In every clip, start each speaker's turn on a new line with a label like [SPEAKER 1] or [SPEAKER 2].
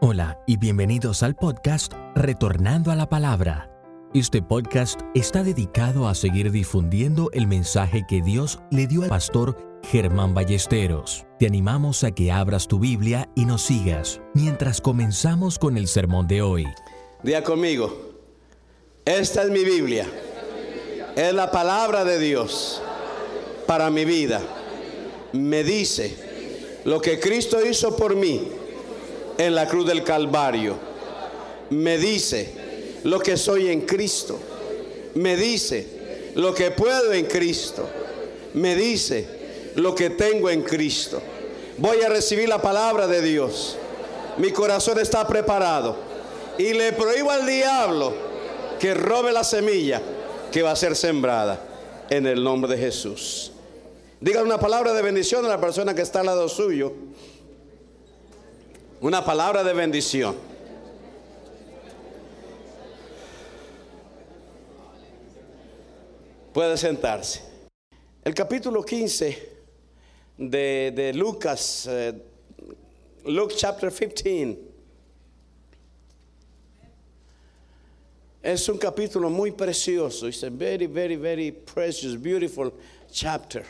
[SPEAKER 1] Hola y bienvenidos al podcast Retornando a la Palabra. Este podcast está dedicado a seguir difundiendo el mensaje que Dios le dio al pastor Germán Ballesteros. Te animamos a que abras tu Biblia y nos sigas mientras comenzamos con el sermón de hoy.
[SPEAKER 2] Día conmigo. Esta es mi Biblia. Es la palabra de Dios para mi vida. Me dice lo que Cristo hizo por mí en la cruz del Calvario. Me dice lo que soy en Cristo. Me dice lo que puedo en Cristo. Me dice lo que tengo en Cristo. Voy a recibir la palabra de Dios. Mi corazón está preparado. Y le prohíbo al diablo que robe la semilla que va a ser sembrada en el nombre de Jesús. Diga una palabra de bendición a la persona que está al lado suyo. Una palabra de bendición. Puede sentarse. El capítulo 15 de, de Lucas, eh, Luke chapter 15, es un capítulo muy precioso. It's a very, very, very precious, beautiful chapter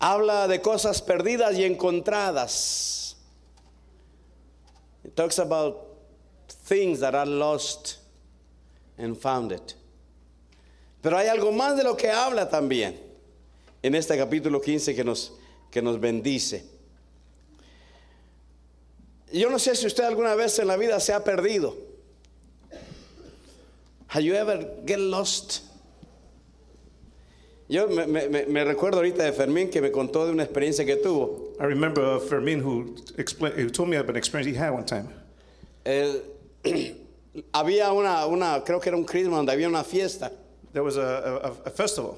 [SPEAKER 2] habla de cosas perdidas y encontradas. It talks about things that are lost and founded. Pero hay algo más de lo que habla también en este capítulo 15 que nos, que nos bendice. Yo no sé si usted alguna vez en la vida se ha perdido. Have you ever get lost? Yo me, me, me recuerdo ahorita de Fermín que me contó de una experiencia que tuvo.
[SPEAKER 3] I remember uh, Fermin who explained, who told me about an experience he had one time.
[SPEAKER 2] Él- había una, una, creo que era un Christmas donde había una fiesta.
[SPEAKER 3] There was a, a- a festival,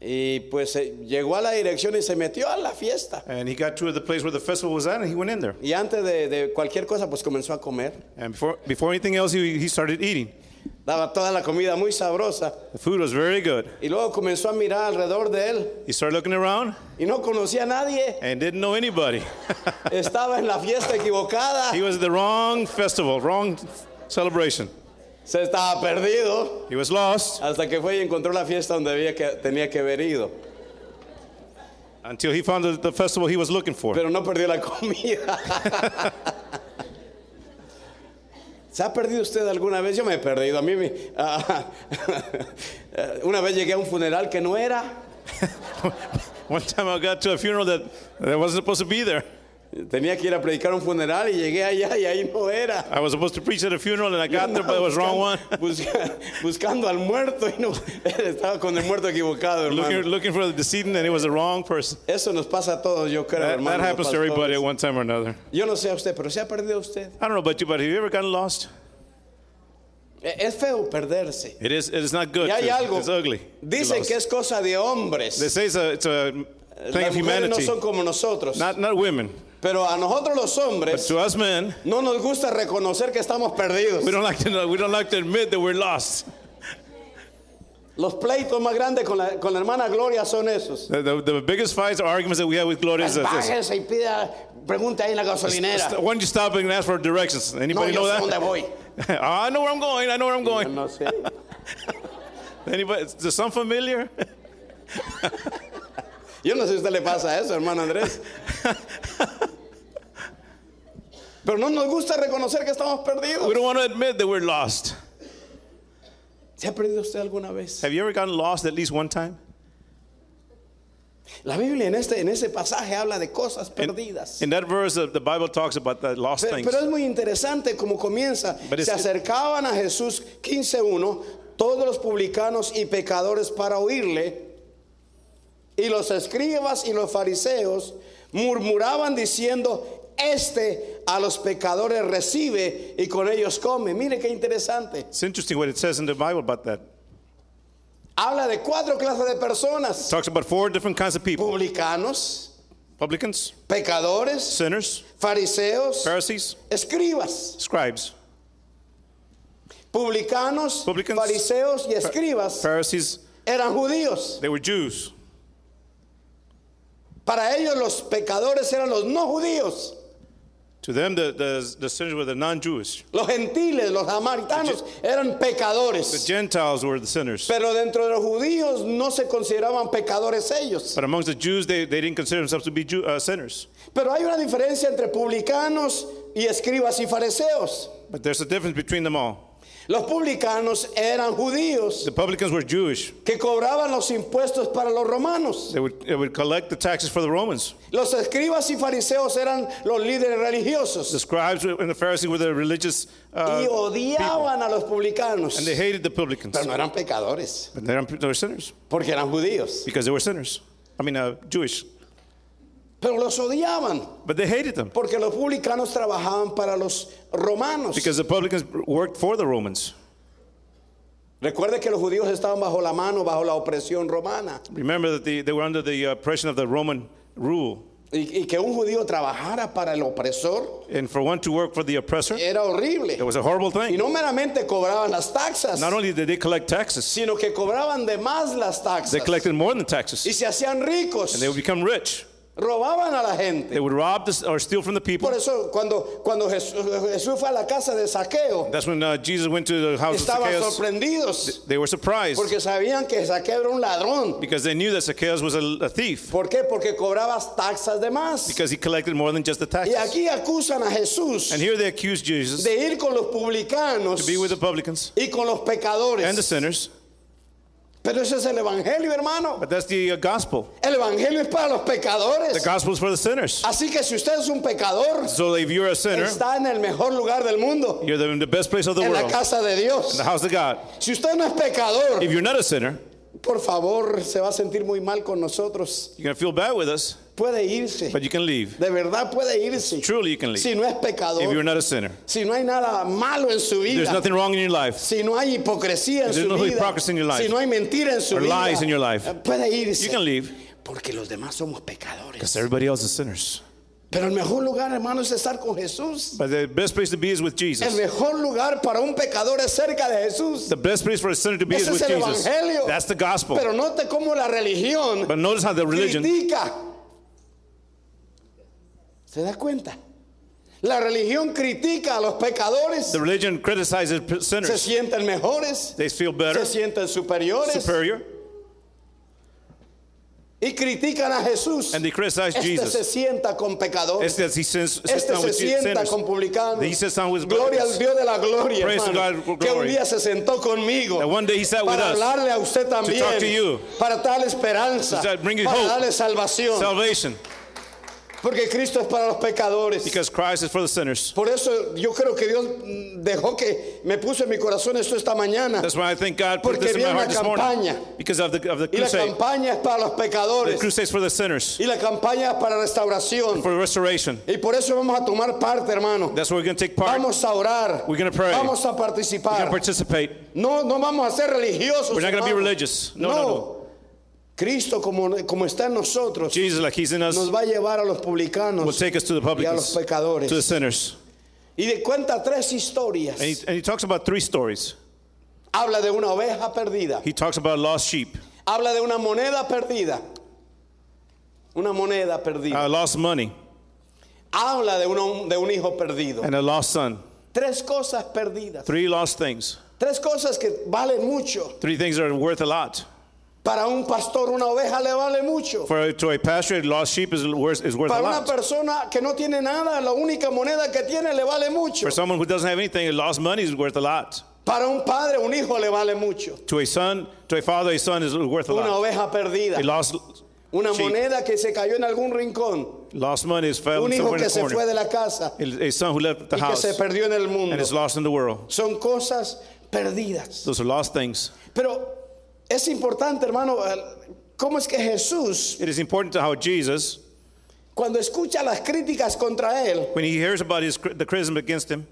[SPEAKER 2] Y pues eh, llegó a la dirección y se metió a la fiesta.
[SPEAKER 3] and he got to the place where the festival was at, and he went in there.
[SPEAKER 2] Y antes de, de cualquier cosa, pues comenzó a comer.
[SPEAKER 3] And before, before anything else, he, he started eating.
[SPEAKER 2] Daba toda la comida muy sabrosa.
[SPEAKER 3] The food was very good.
[SPEAKER 2] Y luego comenzó a mirar alrededor de él.
[SPEAKER 3] He started looking around
[SPEAKER 2] Y no conocía a nadie.
[SPEAKER 3] and didn't know anybody.
[SPEAKER 2] Estaba en la fiesta equivocada.
[SPEAKER 3] he was at the wrong festival, wrong celebration.
[SPEAKER 2] Se estaba perdido.
[SPEAKER 3] He was lost
[SPEAKER 2] Hasta que fue y encontró la fiesta donde había que, tenía que haber ido.
[SPEAKER 3] until he found the, the festival he was looking for.
[SPEAKER 2] Pero no perdió la comida. ¿Se ha perdido usted alguna vez? Yo me he perdido. A mí me, ah, una vez llegué a un funeral que no era.
[SPEAKER 3] one time I got to a funeral that, that wasn't supposed to be there.
[SPEAKER 2] Tenía que ir a predicar un funeral y llegué allá y ahí no era.
[SPEAKER 3] I was supposed to preach at a funeral, and I got there, but it was wrong one.
[SPEAKER 2] Busca- buscando al muerto y no estaba con el muerto equivocado,
[SPEAKER 3] looking,
[SPEAKER 2] hermano.
[SPEAKER 3] looking for the decedent, and it was the wrong person.
[SPEAKER 2] Eso nos pasa a todos, yo creo,
[SPEAKER 3] That,
[SPEAKER 2] hermano.
[SPEAKER 3] that
[SPEAKER 2] los
[SPEAKER 3] happens to everybody
[SPEAKER 2] pastores.
[SPEAKER 3] at one time or another.
[SPEAKER 2] Yo no sé a usted, pero se ha perdido usted.
[SPEAKER 3] I don't know about you, but have you ever gotten lost?
[SPEAKER 2] E- Es feo perderse.
[SPEAKER 3] It is. It is not good.
[SPEAKER 2] Y hay
[SPEAKER 3] to-
[SPEAKER 2] algo.
[SPEAKER 3] It's ugly. to be
[SPEAKER 2] Dicen
[SPEAKER 3] lost.
[SPEAKER 2] que es cosa de hombres.
[SPEAKER 3] They say it's a, it's a thing
[SPEAKER 2] Las mujeres
[SPEAKER 3] of
[SPEAKER 2] no
[SPEAKER 3] humanity,
[SPEAKER 2] son como nosotros.
[SPEAKER 3] not not women.
[SPEAKER 2] pero a nosotros los
[SPEAKER 3] But
[SPEAKER 2] hombres
[SPEAKER 3] to us men,
[SPEAKER 2] no nos gusta reconocer que estamos perdidos.
[SPEAKER 3] we don't like to know, we don't like to admit that we're lost.
[SPEAKER 2] Los pleitos más grandes con la, con la hermana Gloria son esos.
[SPEAKER 3] The, the, the biggest fights or arguments that we have with Gloria is this.
[SPEAKER 2] Bájese y pida, pregunta ahí en la gasolinera.
[SPEAKER 3] Why don't you stop and ask for directions?
[SPEAKER 2] No,
[SPEAKER 3] Anybody
[SPEAKER 2] yo
[SPEAKER 3] know
[SPEAKER 2] sé dónde
[SPEAKER 3] that?
[SPEAKER 2] voy.
[SPEAKER 3] Ah, I know where I'm going. I know where I'm
[SPEAKER 2] Yo
[SPEAKER 3] going.
[SPEAKER 2] no sé.
[SPEAKER 3] Anybody? Does sound familiar?
[SPEAKER 2] Yo no sé si a usted le pasa eso, hermano Andrés. Pero no nos gusta reconocer que estamos
[SPEAKER 3] We
[SPEAKER 2] perdidos.
[SPEAKER 3] don't want to admit that we're lost.
[SPEAKER 2] ¿Se ha perdido usted alguna vez?
[SPEAKER 3] Have you ever gotten lost at least one time?
[SPEAKER 2] La Biblia en, este, en ese pasaje habla de cosas perdidas.
[SPEAKER 3] In that verse, uh, the Bible talks about the lost
[SPEAKER 2] Pe-
[SPEAKER 3] things.
[SPEAKER 2] Pero, es muy interesante como comienza.
[SPEAKER 3] But
[SPEAKER 2] Se
[SPEAKER 3] it's-
[SPEAKER 2] acercaban a Jesús 15.1 todos los publicanos y pecadores para oírle. Y los escribas y los fariseos murmuraban diciendo, este a los pecadores recibe y con ellos come. Mire qué interesante.
[SPEAKER 3] It's interesting what it says in the Bible about that. It
[SPEAKER 2] Habla de cuatro clases de personas.
[SPEAKER 3] talks about four different kinds of people
[SPEAKER 2] Publicanos,
[SPEAKER 3] publicans,
[SPEAKER 2] pecadores,
[SPEAKER 3] sinners,
[SPEAKER 2] fariseos,
[SPEAKER 3] Pharisees,
[SPEAKER 2] escribas.
[SPEAKER 3] scribes.
[SPEAKER 2] Publicanos,
[SPEAKER 3] Publicans,
[SPEAKER 2] fariseos y escribas.
[SPEAKER 3] Pharisees,
[SPEAKER 2] eran judíos.
[SPEAKER 3] they were Jews.
[SPEAKER 2] Para ellos los pecadores eran los no judíos.
[SPEAKER 3] To them, the, the, the sinners were the non Jewish.
[SPEAKER 2] Los gentiles, los samaritanos eran
[SPEAKER 3] The
[SPEAKER 2] pecadores.
[SPEAKER 3] Gentiles were the sinners.
[SPEAKER 2] Pero dentro de los judíos no se consideraban pecadores ellos.
[SPEAKER 3] But amongst the Jews, they, they didn't consider themselves to be Jew, uh, sinners.
[SPEAKER 2] Pero hay una diferencia entre publicanos y escribas y fariseos.
[SPEAKER 3] But there's a difference between them all.
[SPEAKER 2] Los publicanos eran judíos
[SPEAKER 3] The publicans were Jewish,
[SPEAKER 2] que cobraban los impuestos para los romanos.
[SPEAKER 3] they would, they would collect the taxes for the Romans.
[SPEAKER 2] Los escribas y fariseos eran los líderes
[SPEAKER 3] The
[SPEAKER 2] religiosos
[SPEAKER 3] scribes and the Pharisees were the religious, uh,
[SPEAKER 2] y odiaban a los publicanos.
[SPEAKER 3] and they hated the publicans.
[SPEAKER 2] Pero no eran pecadores,
[SPEAKER 3] But they don't- they were sinners
[SPEAKER 2] porque eran judíos.
[SPEAKER 3] because they were sinners. I mean, uh, Jewish.
[SPEAKER 2] Pero los odiaban,
[SPEAKER 3] But they hated them
[SPEAKER 2] porque los publicanos trabajaban para los romanos.
[SPEAKER 3] because the publicans worked for the Romans.
[SPEAKER 2] Recuerde que los judíos estaban bajo la mano, bajo la opresión romana.
[SPEAKER 3] Remember that the, they were under the uh, oppression of the Roman rule.
[SPEAKER 2] Y, y que un judío trabajara para el opresor
[SPEAKER 3] And for one to work for the oppressor,
[SPEAKER 2] era horrible.
[SPEAKER 3] it was a horrible
[SPEAKER 2] Y
[SPEAKER 3] thing.
[SPEAKER 2] no meramente cobraban las taxas,
[SPEAKER 3] Not only did they collect taxes,
[SPEAKER 2] sino que cobraban de más las
[SPEAKER 3] they
[SPEAKER 2] taxas.
[SPEAKER 3] collected more than
[SPEAKER 2] Y
[SPEAKER 3] taxes.
[SPEAKER 2] se hacían ricos,
[SPEAKER 3] And they would become rich.
[SPEAKER 2] robaban a la gente.
[SPEAKER 3] They would rob this, or steal from the people.
[SPEAKER 2] Por eso cuando, cuando Jesús, Jesús fue a la casa de Saqueo,
[SPEAKER 3] That's when uh, Jesus went to the house of
[SPEAKER 2] estaban
[SPEAKER 3] Zacchaeus.
[SPEAKER 2] sorprendidos
[SPEAKER 3] They were surprised
[SPEAKER 2] porque sabían que Saqueo era un ladrón.
[SPEAKER 3] because they knew that Zacchaeus was a, a thief
[SPEAKER 2] ¿Por qué? Porque cobrabas taxas de más.
[SPEAKER 3] because he collected more than just the
[SPEAKER 2] Y
[SPEAKER 3] taxes.
[SPEAKER 2] aquí acusan a Jesús
[SPEAKER 3] And here they accused Jesus
[SPEAKER 2] de ir con los publicanos
[SPEAKER 3] to be with the publicans
[SPEAKER 2] y con los
[SPEAKER 3] and the
[SPEAKER 2] pecadores.
[SPEAKER 3] sinners.
[SPEAKER 2] Pero ese es el evangelio, hermano.
[SPEAKER 3] But that's the uh, gospel.
[SPEAKER 2] El evangelio es para los
[SPEAKER 3] The
[SPEAKER 2] pecadores.
[SPEAKER 3] gospel is for the sinners.
[SPEAKER 2] Así que si usted es un pecador,
[SPEAKER 3] So if you're a sinner,
[SPEAKER 2] está en el mejor lugar del mundo,
[SPEAKER 3] you're the- in the best place of the
[SPEAKER 2] en la
[SPEAKER 3] world,
[SPEAKER 2] casa de Dios.
[SPEAKER 3] the house of God.
[SPEAKER 2] Si usted no es pecador,
[SPEAKER 3] If you're not a sinner,
[SPEAKER 2] por favor, se va a sentir muy mal con nosotros.
[SPEAKER 3] you're going to feel bad with us,
[SPEAKER 2] Puede irse.
[SPEAKER 3] but you can leave.
[SPEAKER 2] De verdad puede irse.
[SPEAKER 3] Truly, you can leave.
[SPEAKER 2] Si no es
[SPEAKER 3] If you're
[SPEAKER 2] pecador,
[SPEAKER 3] not a sinner,
[SPEAKER 2] si no hay nada malo en su
[SPEAKER 3] there's
[SPEAKER 2] vida,
[SPEAKER 3] nothing wrong in your life.
[SPEAKER 2] si no hay hipocresía en
[SPEAKER 3] There's
[SPEAKER 2] su
[SPEAKER 3] no
[SPEAKER 2] vida,
[SPEAKER 3] hypocrisy in your life.
[SPEAKER 2] si no hay mentira en su
[SPEAKER 3] Or
[SPEAKER 2] vida, eh,
[SPEAKER 3] lies in your life.
[SPEAKER 2] puede
[SPEAKER 3] You
[SPEAKER 2] irse.
[SPEAKER 3] can leave
[SPEAKER 2] Porque los demás somos pecadores.
[SPEAKER 3] because everybody else is sinners.
[SPEAKER 2] Pero el mejor lugar, hermano, es estar con Jesús.
[SPEAKER 3] But the best place to be is with
[SPEAKER 2] El
[SPEAKER 3] Jesus.
[SPEAKER 2] mejor lugar para un pecador es cerca de Jesús.
[SPEAKER 3] The best place for a sinner to be is
[SPEAKER 2] Ese es
[SPEAKER 3] with
[SPEAKER 2] el
[SPEAKER 3] Jesus.
[SPEAKER 2] evangelio.
[SPEAKER 3] That's the gospel.
[SPEAKER 2] Pero note cómo la religión
[SPEAKER 3] But notice how the religion,
[SPEAKER 2] critica. ¿Se da cuenta? La religión critica a los pecadores.
[SPEAKER 3] the religion criticizes p-
[SPEAKER 2] Se
[SPEAKER 3] sinners.
[SPEAKER 2] sienten mejores,
[SPEAKER 3] They feel better,
[SPEAKER 2] se sienten superiores
[SPEAKER 3] superior,
[SPEAKER 2] y critican a Jesús.
[SPEAKER 3] and they criticize
[SPEAKER 2] este se
[SPEAKER 3] Jesus.
[SPEAKER 2] sienta con
[SPEAKER 3] It's
[SPEAKER 2] pecadores.
[SPEAKER 3] that he sins, sits
[SPEAKER 2] Oh, Este
[SPEAKER 3] down
[SPEAKER 2] se
[SPEAKER 3] with you-
[SPEAKER 2] sienta
[SPEAKER 3] sinners.
[SPEAKER 2] con publicanos.
[SPEAKER 3] He sits down with
[SPEAKER 2] Gloria al
[SPEAKER 3] sinners.
[SPEAKER 2] Dios de la gloria,
[SPEAKER 3] Praise to
[SPEAKER 2] hermano,
[SPEAKER 3] God,
[SPEAKER 2] que un
[SPEAKER 3] glory.
[SPEAKER 2] día se sentó conmigo
[SPEAKER 3] That one day he sat with
[SPEAKER 2] para
[SPEAKER 3] us
[SPEAKER 2] hablarle a usted también,
[SPEAKER 3] talk to you.
[SPEAKER 2] para darle esperanza,
[SPEAKER 3] To bring you
[SPEAKER 2] para
[SPEAKER 3] hope.
[SPEAKER 2] darle salvación,
[SPEAKER 3] Salvation,
[SPEAKER 2] porque Cristo es para los pecadores.
[SPEAKER 3] because Christ is for the sinners.
[SPEAKER 2] Por eso yo creo que Dios mm, dejó que me puso en mi corazón esto esta mañana.
[SPEAKER 3] That's why I thank God put
[SPEAKER 2] Porque
[SPEAKER 3] this in my
[SPEAKER 2] viene
[SPEAKER 3] heart
[SPEAKER 2] la
[SPEAKER 3] this morning.
[SPEAKER 2] campaña.
[SPEAKER 3] Because of the, of the
[SPEAKER 2] Y la
[SPEAKER 3] crusade.
[SPEAKER 2] campaña es para los
[SPEAKER 3] The
[SPEAKER 2] pecadores.
[SPEAKER 3] crusades for the sinners,
[SPEAKER 2] Y la campaña es para restauración.
[SPEAKER 3] for restoration.
[SPEAKER 2] Y por eso vamos a tomar parte, hermano.
[SPEAKER 3] That's where we're going to take part. We're
[SPEAKER 2] Vamos a orar.
[SPEAKER 3] We're gonna pray.
[SPEAKER 2] Vamos a
[SPEAKER 3] going to
[SPEAKER 2] participar.
[SPEAKER 3] participate.
[SPEAKER 2] No, no vamos a ser religiosos.
[SPEAKER 3] We're not going to be
[SPEAKER 2] hermano.
[SPEAKER 3] religious. No, no, no.
[SPEAKER 2] Cristo, como, como está en nosotros,
[SPEAKER 3] Jesus, like he's in us,
[SPEAKER 2] nos va a llevar a los
[SPEAKER 3] will
[SPEAKER 2] publicanos
[SPEAKER 3] take us to the
[SPEAKER 2] y a los
[SPEAKER 3] publicans, to
[SPEAKER 2] pecadores.
[SPEAKER 3] the sinners.
[SPEAKER 2] Y de cuenta tres historias.
[SPEAKER 3] And he, and he talks about three stories.
[SPEAKER 2] Habla de una oveja perdida.
[SPEAKER 3] He talks about lost sheep,
[SPEAKER 2] Habla de una moneda perdida. Una moneda perdida.
[SPEAKER 3] uh, lost money,
[SPEAKER 2] Habla de, uno- de un hijo perdido.
[SPEAKER 3] and a lost son.
[SPEAKER 2] Tres cosas perdidas.
[SPEAKER 3] Three lost things.
[SPEAKER 2] Tres cosas que valen mucho.
[SPEAKER 3] Three things that are worth a lot.
[SPEAKER 2] Para un pastor una oveja le vale mucho.
[SPEAKER 3] For to a pasture, lost sheep is worth, is worth a
[SPEAKER 2] Para una
[SPEAKER 3] lot.
[SPEAKER 2] persona que no tiene nada, la única moneda que tiene le vale mucho.
[SPEAKER 3] For someone who doesn't have anything, lost money is worth a lot.
[SPEAKER 2] Para un padre, un hijo le vale mucho.
[SPEAKER 3] To a son, to a father, a son is worth a
[SPEAKER 2] Una
[SPEAKER 3] lot.
[SPEAKER 2] oveja perdida.
[SPEAKER 3] A lost,
[SPEAKER 2] Una
[SPEAKER 3] sheep.
[SPEAKER 2] moneda que se cayó en algún rincón.
[SPEAKER 3] lost money is fell
[SPEAKER 2] Un hijo
[SPEAKER 3] somewhere in
[SPEAKER 2] que
[SPEAKER 3] the
[SPEAKER 2] se fue
[SPEAKER 3] corner.
[SPEAKER 2] de la casa
[SPEAKER 3] A son who left the
[SPEAKER 2] y que se
[SPEAKER 3] house
[SPEAKER 2] perdió en el
[SPEAKER 3] and
[SPEAKER 2] mundo.
[SPEAKER 3] is lost in the world.
[SPEAKER 2] Son cosas perdidas.
[SPEAKER 3] Those are lost things.
[SPEAKER 2] Pero es importante, hermano, el- cómo es que Jesús,
[SPEAKER 3] It is important to how Jesus,
[SPEAKER 2] cuando escucha las críticas contra él,
[SPEAKER 3] when he hears about his, cri- the criticism against him,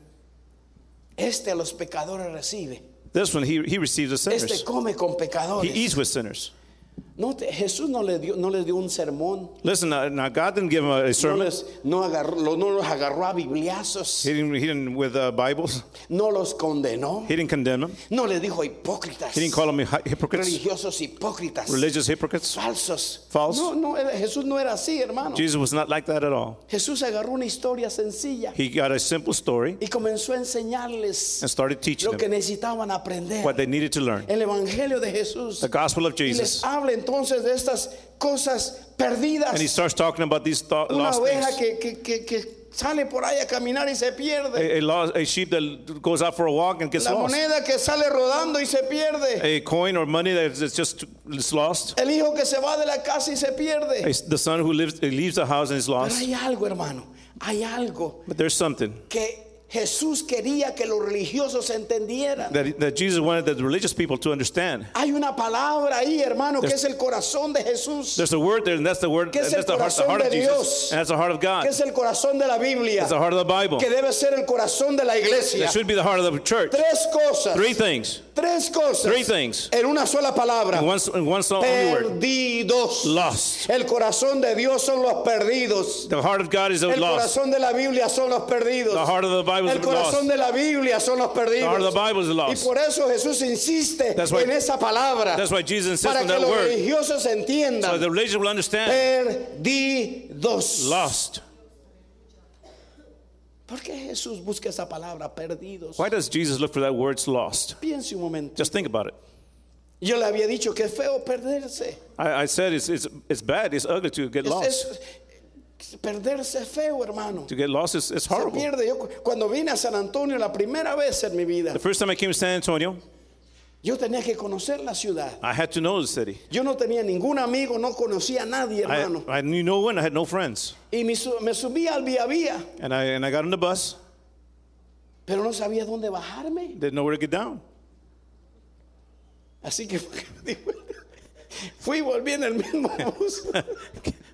[SPEAKER 2] este a los pecadores recibe.
[SPEAKER 3] this one he, he receives the
[SPEAKER 2] Este
[SPEAKER 3] sinners.
[SPEAKER 2] come con
[SPEAKER 3] He
[SPEAKER 2] pecadores.
[SPEAKER 3] eats with sinners.
[SPEAKER 2] No, te- Jesús no les, dio, no les dio un sermón.
[SPEAKER 3] Listen, now, now God didn't give him a, a
[SPEAKER 2] No,
[SPEAKER 3] sermon.
[SPEAKER 2] les, no, agarró, lo- no los agarró a bibliazos.
[SPEAKER 3] He didn't, he didn't with uh, Bibles.
[SPEAKER 2] No los condenó.
[SPEAKER 3] He didn't condemn them.
[SPEAKER 2] No les dijo hipócritas.
[SPEAKER 3] He didn't call them hy- hypocrites,
[SPEAKER 2] Religiosos hipócritas.
[SPEAKER 3] religious hypocrites.
[SPEAKER 2] Falsos.
[SPEAKER 3] False.
[SPEAKER 2] No, no, era- Jesús no era así, hermano.
[SPEAKER 3] Jesus was not like that at all.
[SPEAKER 2] Jesús agarró una historia sencilla
[SPEAKER 3] He got a simple story
[SPEAKER 2] y comenzó a enseñarles
[SPEAKER 3] and started teaching
[SPEAKER 2] lo que
[SPEAKER 3] them
[SPEAKER 2] necesitaban aprender.
[SPEAKER 3] what they needed to learn.
[SPEAKER 2] El Evangelio de Jesús.
[SPEAKER 3] The gospel of
[SPEAKER 2] Y les
[SPEAKER 3] Jesus.
[SPEAKER 2] habla entonces de estas cosas perdidas.
[SPEAKER 3] And he starts talking about these thought,
[SPEAKER 2] Una
[SPEAKER 3] lost
[SPEAKER 2] oveja
[SPEAKER 3] things.
[SPEAKER 2] que, que- que- que sale por ahí a caminar y se pierde.
[SPEAKER 3] A, a, lost, a sheep that goes out for a walk and gets
[SPEAKER 2] La
[SPEAKER 3] lost.
[SPEAKER 2] moneda que sale rodando y se pierde.
[SPEAKER 3] A coin or money that is just is lost.
[SPEAKER 2] El hijo que se va de la casa y se
[SPEAKER 3] A,
[SPEAKER 2] pierde.
[SPEAKER 3] the son who lives, leaves the house and is
[SPEAKER 2] Pero
[SPEAKER 3] lost.
[SPEAKER 2] hay algo, hermano. Hay algo
[SPEAKER 3] But there's something
[SPEAKER 2] que Jesús quería que los religiosos entendieran.
[SPEAKER 3] that, that Jesus wanted the religious people to understand.
[SPEAKER 2] Hay una palabra ahí, hermano, que
[SPEAKER 3] There's-
[SPEAKER 2] es el corazón de Jesús,
[SPEAKER 3] There's a word there, and that's the word,
[SPEAKER 2] Que
[SPEAKER 3] and
[SPEAKER 2] es
[SPEAKER 3] that's
[SPEAKER 2] el
[SPEAKER 3] the heart, the
[SPEAKER 2] corazón
[SPEAKER 3] heart of
[SPEAKER 2] de
[SPEAKER 3] Jesus,
[SPEAKER 2] Dios.
[SPEAKER 3] and that's the heart of God.
[SPEAKER 2] que es el corazón de la Biblia,
[SPEAKER 3] It's the heart of the Bible.
[SPEAKER 2] que debe ser el corazón de la iglesia.
[SPEAKER 3] It should be the heart of the church.
[SPEAKER 2] Tres cosas,
[SPEAKER 3] Three things.
[SPEAKER 2] tres cosas,
[SPEAKER 3] Three things.
[SPEAKER 2] en una sola palabra,
[SPEAKER 3] In one, in one song, only word.
[SPEAKER 2] perdidos.
[SPEAKER 3] Lost.
[SPEAKER 2] El corazón de Dios son los perdidos.
[SPEAKER 3] The heart of God is
[SPEAKER 2] El
[SPEAKER 3] lost.
[SPEAKER 2] corazón de la Biblia son los perdidos.
[SPEAKER 3] The heart of the Bible is
[SPEAKER 2] el corazón
[SPEAKER 3] lost.
[SPEAKER 2] de la Biblia son los
[SPEAKER 3] The heart of
[SPEAKER 2] perdidos.
[SPEAKER 3] the Bible is
[SPEAKER 2] Y
[SPEAKER 3] lost.
[SPEAKER 2] por eso Jesús insiste
[SPEAKER 3] That's why-
[SPEAKER 2] en esa palabra
[SPEAKER 3] That's why Jesus insists
[SPEAKER 2] para
[SPEAKER 3] on
[SPEAKER 2] que
[SPEAKER 3] that
[SPEAKER 2] los
[SPEAKER 3] word.
[SPEAKER 2] religiosos entiendan.
[SPEAKER 3] So the religious will understand.
[SPEAKER 2] perdidos.
[SPEAKER 3] Lost.
[SPEAKER 2] ¿Por qué Jesús busca esa palabra, perdidos?
[SPEAKER 3] Why does Jesus look for that word's lost?
[SPEAKER 2] Piense un momento.
[SPEAKER 3] Just think about it.
[SPEAKER 2] Yo le había dicho que es feo perderse.
[SPEAKER 3] I, I said it's, it's, it's bad, it's ugly to get
[SPEAKER 2] Es-
[SPEAKER 3] lost.
[SPEAKER 2] es- perderse es feo, hermano.
[SPEAKER 3] To get lost is it's
[SPEAKER 2] Se
[SPEAKER 3] horrible.
[SPEAKER 2] pierde. Yo cu- cuando vine a San Antonio la primera vez en mi vida,
[SPEAKER 3] The first time I came to San Antonio,
[SPEAKER 2] yo tenía que conocer la ciudad.
[SPEAKER 3] I had to know the city.
[SPEAKER 2] Yo no tenía ningún amigo, no conocía a nadie,
[SPEAKER 3] I,
[SPEAKER 2] hermano.
[SPEAKER 3] I knew no one, I had no friends.
[SPEAKER 2] Y me, su- me subí al vía vía,
[SPEAKER 3] And I, and I got on the bus,
[SPEAKER 2] pero no sabía dónde bajarme.
[SPEAKER 3] didn't know where to get down.
[SPEAKER 2] Así que fui y volví en el mismo bus.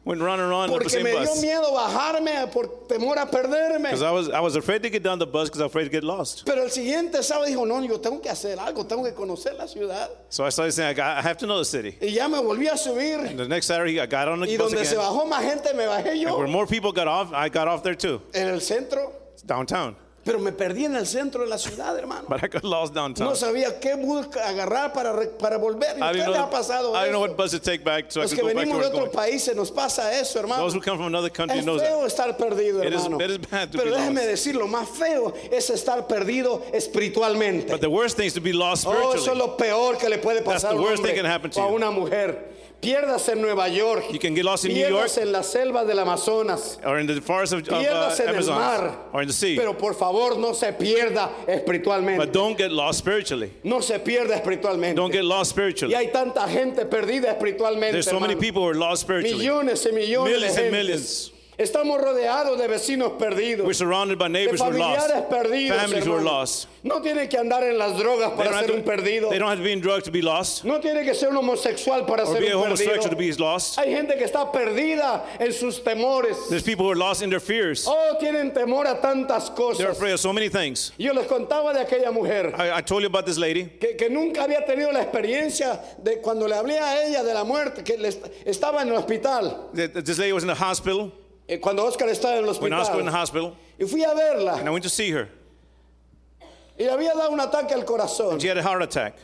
[SPEAKER 3] Went round and round on the
[SPEAKER 2] Porque
[SPEAKER 3] same
[SPEAKER 2] me dio
[SPEAKER 3] bus.
[SPEAKER 2] miedo bajarme por temor a perderme.
[SPEAKER 3] Because I was, I was afraid to get down the bus because I was afraid to get lost.
[SPEAKER 2] Pero el siguiente sábado dijo, no, yo tengo que hacer algo, tengo que conocer la ciudad.
[SPEAKER 3] So I started saying, I, got, I have to know the city.
[SPEAKER 2] Y ya me volví a
[SPEAKER 3] And
[SPEAKER 2] subir.
[SPEAKER 3] the next Saturday, I got on the
[SPEAKER 2] Y
[SPEAKER 3] bus
[SPEAKER 2] donde se
[SPEAKER 3] again.
[SPEAKER 2] bajó más gente, me bajé
[SPEAKER 3] And
[SPEAKER 2] yo
[SPEAKER 3] where more people got off, I got off there too.
[SPEAKER 2] en el centro.
[SPEAKER 3] It's downtown.
[SPEAKER 2] Pero me perdí en el centro de la ciudad, hermano.
[SPEAKER 3] But I got lost downtown.
[SPEAKER 2] No sabía qué bus agarrar para, re- para volver. ¿Y
[SPEAKER 3] I
[SPEAKER 2] a
[SPEAKER 3] didn't
[SPEAKER 2] usted
[SPEAKER 3] know,
[SPEAKER 2] le ha pasado
[SPEAKER 3] I didn't
[SPEAKER 2] eso?
[SPEAKER 3] know what bus to take back so I
[SPEAKER 2] Los
[SPEAKER 3] could
[SPEAKER 2] que
[SPEAKER 3] go back
[SPEAKER 2] venimos
[SPEAKER 3] to
[SPEAKER 2] de
[SPEAKER 3] where I was
[SPEAKER 2] otros
[SPEAKER 3] going.
[SPEAKER 2] países nos pasa eso, hermano.
[SPEAKER 3] Those who come from another country
[SPEAKER 2] Es
[SPEAKER 3] knows that.
[SPEAKER 2] feo estar perdido,
[SPEAKER 3] It is-
[SPEAKER 2] hermano.
[SPEAKER 3] it is bad to
[SPEAKER 2] Pero
[SPEAKER 3] be
[SPEAKER 2] déjeme
[SPEAKER 3] lost.
[SPEAKER 2] decir, lo más feo es estar perdido espiritualmente.
[SPEAKER 3] But the worst thing is to be lost
[SPEAKER 2] Oh, eso es
[SPEAKER 3] spiritually.
[SPEAKER 2] lo peor que le puede pasar a
[SPEAKER 3] the
[SPEAKER 2] un
[SPEAKER 3] worst
[SPEAKER 2] hombre
[SPEAKER 3] thing can happen to
[SPEAKER 2] o a
[SPEAKER 3] you.
[SPEAKER 2] una mujer. Pierdas en Nueva York.
[SPEAKER 3] You can get lost in New
[SPEAKER 2] pierdas en las selvas del Amazonas.
[SPEAKER 3] Or in the forest of, of uh,
[SPEAKER 2] Pierdas en el
[SPEAKER 3] Amazon.
[SPEAKER 2] mar.
[SPEAKER 3] Or in the sea.
[SPEAKER 2] Pero por favor, no se pierda
[SPEAKER 3] But
[SPEAKER 2] espiritualmente.
[SPEAKER 3] don't get lost spiritually.
[SPEAKER 2] No se pierda espiritualmente.
[SPEAKER 3] Don't get lost
[SPEAKER 2] y
[SPEAKER 3] spiritually.
[SPEAKER 2] hay tanta gente perdida espiritualmente.
[SPEAKER 3] There's so many
[SPEAKER 2] hermano.
[SPEAKER 3] people who are lost spiritually.
[SPEAKER 2] Millones y millones
[SPEAKER 3] Millions
[SPEAKER 2] de gentes.
[SPEAKER 3] and millions.
[SPEAKER 2] Estamos rodeados de vecinos perdidos.
[SPEAKER 3] We're surrounded by
[SPEAKER 2] de
[SPEAKER 3] neighbors who are lost.
[SPEAKER 2] familiares perdidos.
[SPEAKER 3] Families who are
[SPEAKER 2] hermano.
[SPEAKER 3] lost.
[SPEAKER 2] No tiene que andar en las drogas
[SPEAKER 3] They
[SPEAKER 2] para
[SPEAKER 3] don't, have
[SPEAKER 2] ser un
[SPEAKER 3] to,
[SPEAKER 2] perdido.
[SPEAKER 3] they don't have to be in drugs to be lost.
[SPEAKER 2] No tiene que ser un homosexual para
[SPEAKER 3] Or be
[SPEAKER 2] ser
[SPEAKER 3] a
[SPEAKER 2] un
[SPEAKER 3] homosexual
[SPEAKER 2] perdido.
[SPEAKER 3] to be lost.
[SPEAKER 2] Hay gente que está perdida en sus temores.
[SPEAKER 3] There's people who are lost in their fears.
[SPEAKER 2] Oh, tienen temor a tantas
[SPEAKER 3] They're
[SPEAKER 2] cosas.
[SPEAKER 3] afraid of so many things.
[SPEAKER 2] Yo les contaba de aquella mujer
[SPEAKER 3] I, I told you about this lady.
[SPEAKER 2] que, que nunca había tenido la experiencia de cuando le hablé a ella de la muerte, que le est- estaba en el hospital,
[SPEAKER 3] Th- th- This lady was in the hospital.
[SPEAKER 2] eh, cuando Oscar estaba en el
[SPEAKER 3] When I was in the
[SPEAKER 2] hospital.
[SPEAKER 3] hospital,
[SPEAKER 2] Y fui a
[SPEAKER 3] and
[SPEAKER 2] verla
[SPEAKER 3] I went to see her.
[SPEAKER 2] y le había dado un ataque al corazón.
[SPEAKER 3] She had a heart attack.